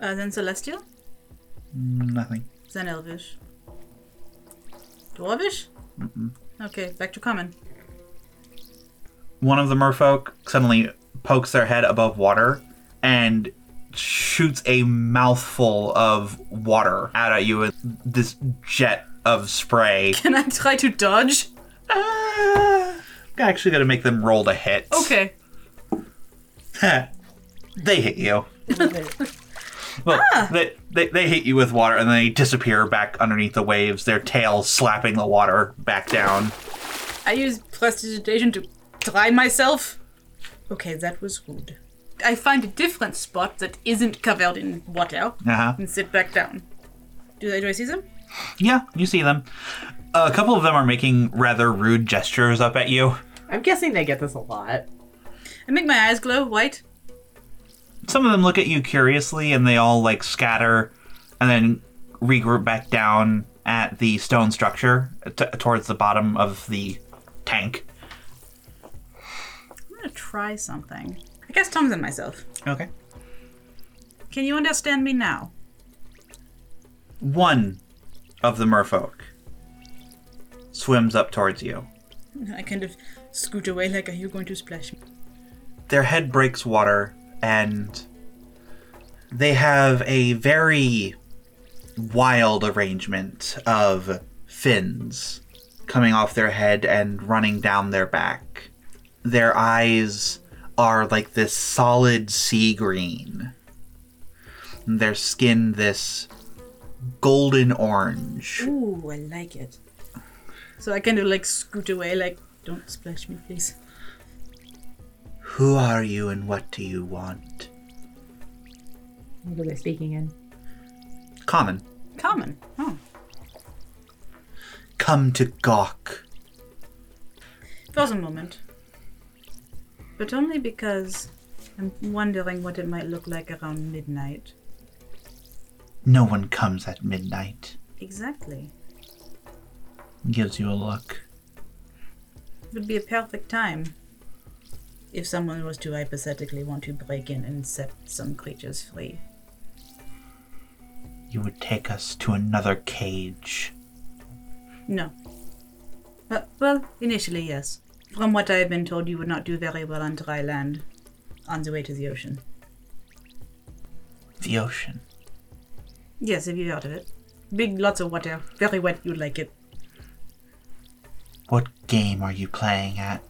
Uh, then Celestial?
Nothing.
Then Elvish. Dwarvish?
Mm-hmm.
Mm-mm.
Okay, back to common. (laughs)
one of the merfolk suddenly pokes their head above water and shoots a mouthful of water out at you in this jet of spray.
Can I try to dodge?
I'm actually gonna make them roll to hit.
Okay.
(laughs) they hit you. Well,
Ah.
they, they, they hit you with water and then they disappear back underneath the waves, their tails slapping the water back down.
I use prestidigitation to dry myself. Okay, that was rude. I find a different spot that isn't covered in water
Uh-huh.
and sit back down. Do I, do I see them?
Yeah, you see them. A couple of them are making rather rude gestures up at you.
I'm guessing they get this a lot.
I make my eyes glow white.
Some of them look at you curiously and they all like scatter and then regroup back down at the stone structure t- towards the bottom of the tank.
I'm gonna try something. I guess Tom's and myself.
Okay.
Can you understand me now?
One of the merfolk swims up towards you.
I kind of scoot away like, are you going to splash me?
their head breaks water and they have a very wild arrangement of fins coming off their head and running down their back. Their eyes are like this solid sea green. And their skin this golden orange.
Ooh, I like it. So I kind of like scoot away like, don't splash me, please.
Who are you and what do you want?
What are they speaking in?
Common.
Common. Oh.
Come to Gawk.
Pause a moment. But only because I'm wondering what it might look like around midnight.
No one comes at midnight.
Exactly.
Gives you a look.
Would be a perfect time if someone was to hypothetically want to break in and set some creatures free.
you would take us to another cage.
No. Uh, well, initially, yes. From what I have been told, you would not do very well on dry land on the way to the ocean.
The ocean.
Yes, if you're out of it. Big, lots of water. Very wet, you'd like it.
What game are you playing at?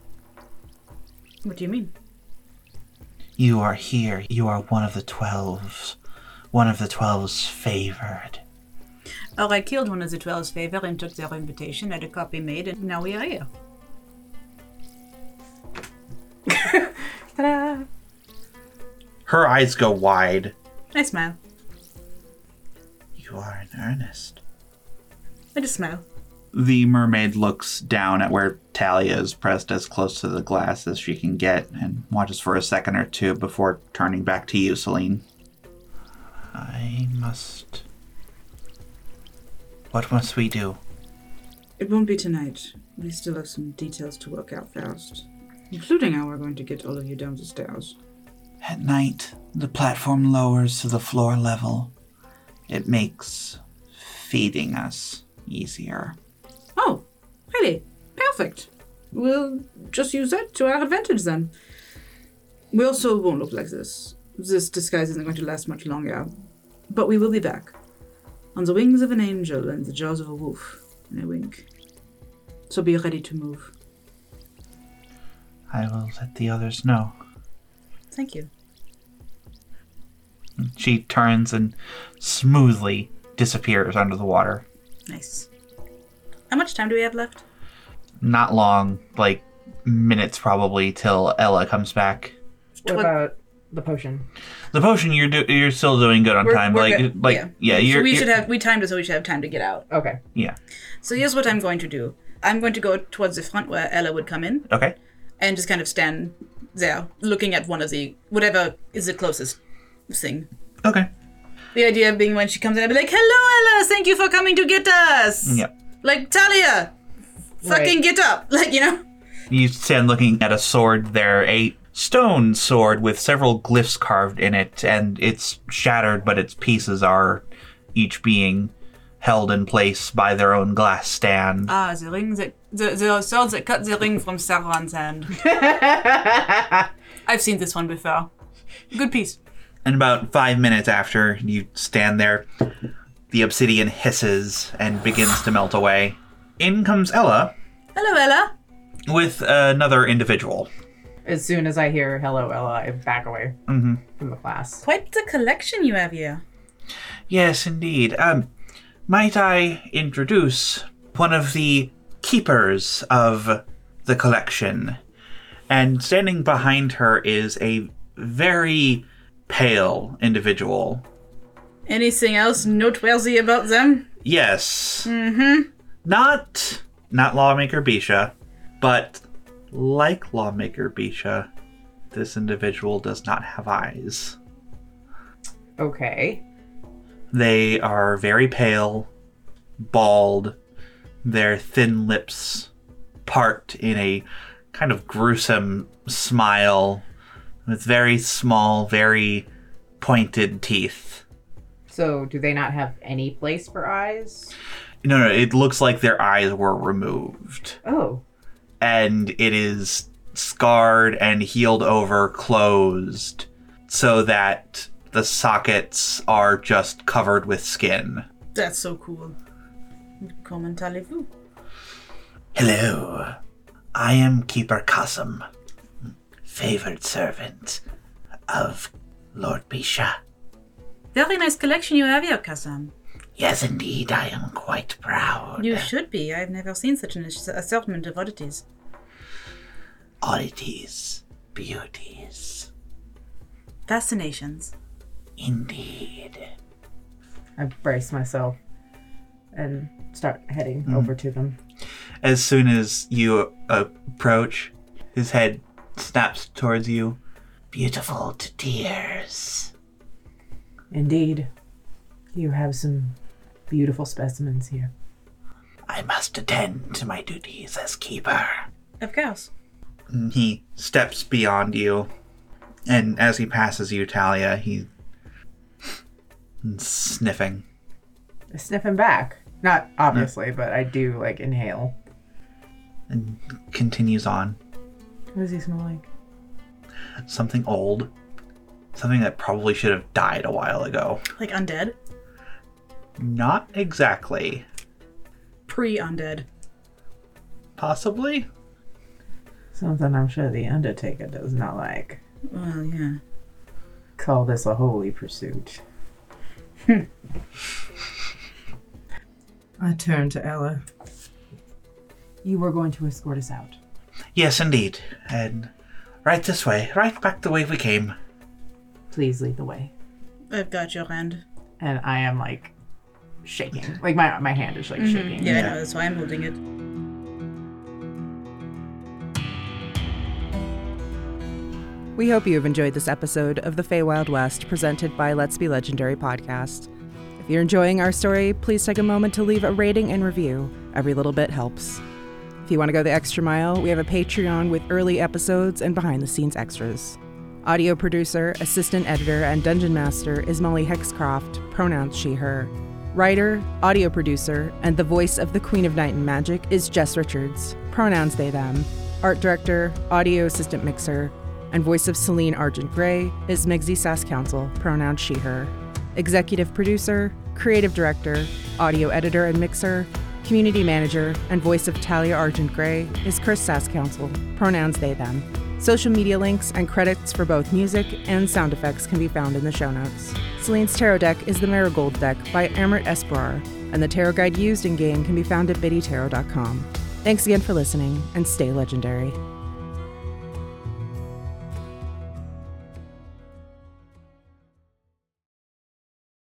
What do you mean?
You are here. You are one of the twelves. One of the twelve's favored.
Oh, I killed one of the twelve's favor and took their invitation, had a copy made, and now we are here.
Ta-da!
Her eyes go wide.
I smile.
You are in earnest.
I just smile.
The mermaid looks down at where Talia is pressed as close to the glass as she can get and watches for a second or two before turning back to you, Celine.
I must. What must we do?
It won't be tonight. We still have some details to work out first, including how we're going to get all of you down the stairs.
At night, the platform lowers to the floor level. It makes feeding us easier.
Oh, really? Perfect. We'll just use that to our advantage then. We also won't look like this. This disguise isn't going to last much longer. But we will be back. On the wings of an angel and the jaws of a wolf, in a wink. So be ready to move.
I will let the others know.
Thank you.
She turns and smoothly disappears under the water.
Nice. How much time do we have left?
Not long, like minutes probably, till Ella comes back.
What
Uh,
about the potion?
The potion you're do- you're still doing good on
We're-
time.
we're
like
good,
like
yeah.
yeah, you're,
so we
you're- Oh.
should have we timed it so we should have time to get out.
Okay.
yeah.
So here's what I'm going to do. I'm going to go towards the front where Ella would come in
Okay.
and just kind of stand there, looking at one of the whatever is the closest thing.
Okay.
The idea being when she comes in, I'd be like, "Hello, Ella. Thank you for coming to get us."
Yep.
Like Talia, fucking
Right.
get up. (laughs) Like you know.
You stand looking at a sword there, a stone sword with several glyphs carved in it, and it's shattered, but its pieces are each being held in place by their own glass stand.
Ah, the ring that the, the sword that cut the ring from Sauron's
(laughs)
hand. I've seen this one before. Good piece.
And about five minutes after you stand there, the obsidian hisses and begins to melt away. In comes Ella
Hello, Ella.
with another individual.
As soon as I hear "Hello, Ella," I back away
Mm-hmm.
from the class.
Quite the collection you have here.
Yes, indeed. Um, might I introduce one of the keepers of the collection? And standing behind her is a very pale individual.
Anything else noteworthy about them?
Yes,
Mm-hmm.
not not lawmaker Bisha, but like lawmaker Bisha, this individual does not have eyes.
Okay.
They are very pale, bald, their thin lips part in a kind of gruesome smile with very small, very pointed teeth.
So, do they not have any place for eyes?
No, no, it looks like their eyes were removed.
Oh.
And it is scarred and healed over, closed, so that the sockets are just covered with skin.
That's so cool. Comment allez-vous?
Hello. I am Keeper Kasim, favored servant of Lord Bisha.
Very nice collection you have here, Kazam.
Yes, indeed, I am quite proud.
You should be. I've never seen such an ass- assortment of oddities.
Oddities, beauties,
Fascinations.
indeed.
I brace myself and start heading
Mhm.
over to them.
As soon as you approach, his head snaps towards you.
Beautiful to tears.
Indeed, you have some beautiful specimens here.
I must attend to my duties as keeper.
Of course.
He steps beyond you, and as he passes you, Talia, he sniffing.
sniffing back. Not obviously, but I do like inhale.
and continues on.
What does he smell like?
Something old. Something that probably should have died a while ago.
Like undead?
Not exactly.
Pre undead.
Possibly?
Something I'm sure the Undertaker does not like.
Well, yeah.
Call this a holy pursuit. I turn to Ella. You were going to escort us out.
Yes, indeed. And right this way, right back the way we came.
Please lead the way.
I've got your hand.
And I am like shaking. Like my my hand is like
Mhm.
shaking.
Yeah, I know. That's why I'm holding it.
We hope you have enjoyed this episode of the Feywild West presented by Let's Be Legendary podcast. If you're enjoying our story, please take a moment to leave a rating and review. Every little bit helps. If you want to go the extra mile, we have a Patreon with early episodes and behind the scenes extras. Audio producer, assistant editor, and dungeon master is Molly Hexcroft, pronouns she, her. Writer, audio producer, and the voice of the Queen of Night and Magic is Jess Richards, pronouns they, them. Art director, audio assistant mixer, and voice of Celine Argent Gray is Migsy Sass Council, pronouns she, her. Executive producer, creative director, audio editor and mixer, community manager, and voice of Talia Argent Gray is Chris Sass Council, pronouns they, them. Social media links and credits for both music and sound effects can be found in the show notes. Celine's tarot deck is the Marigold deck by Amrit Esperar, and the tarot guide used in game can be found at biddytarot.com. Thanks again for listening, and stay legendary.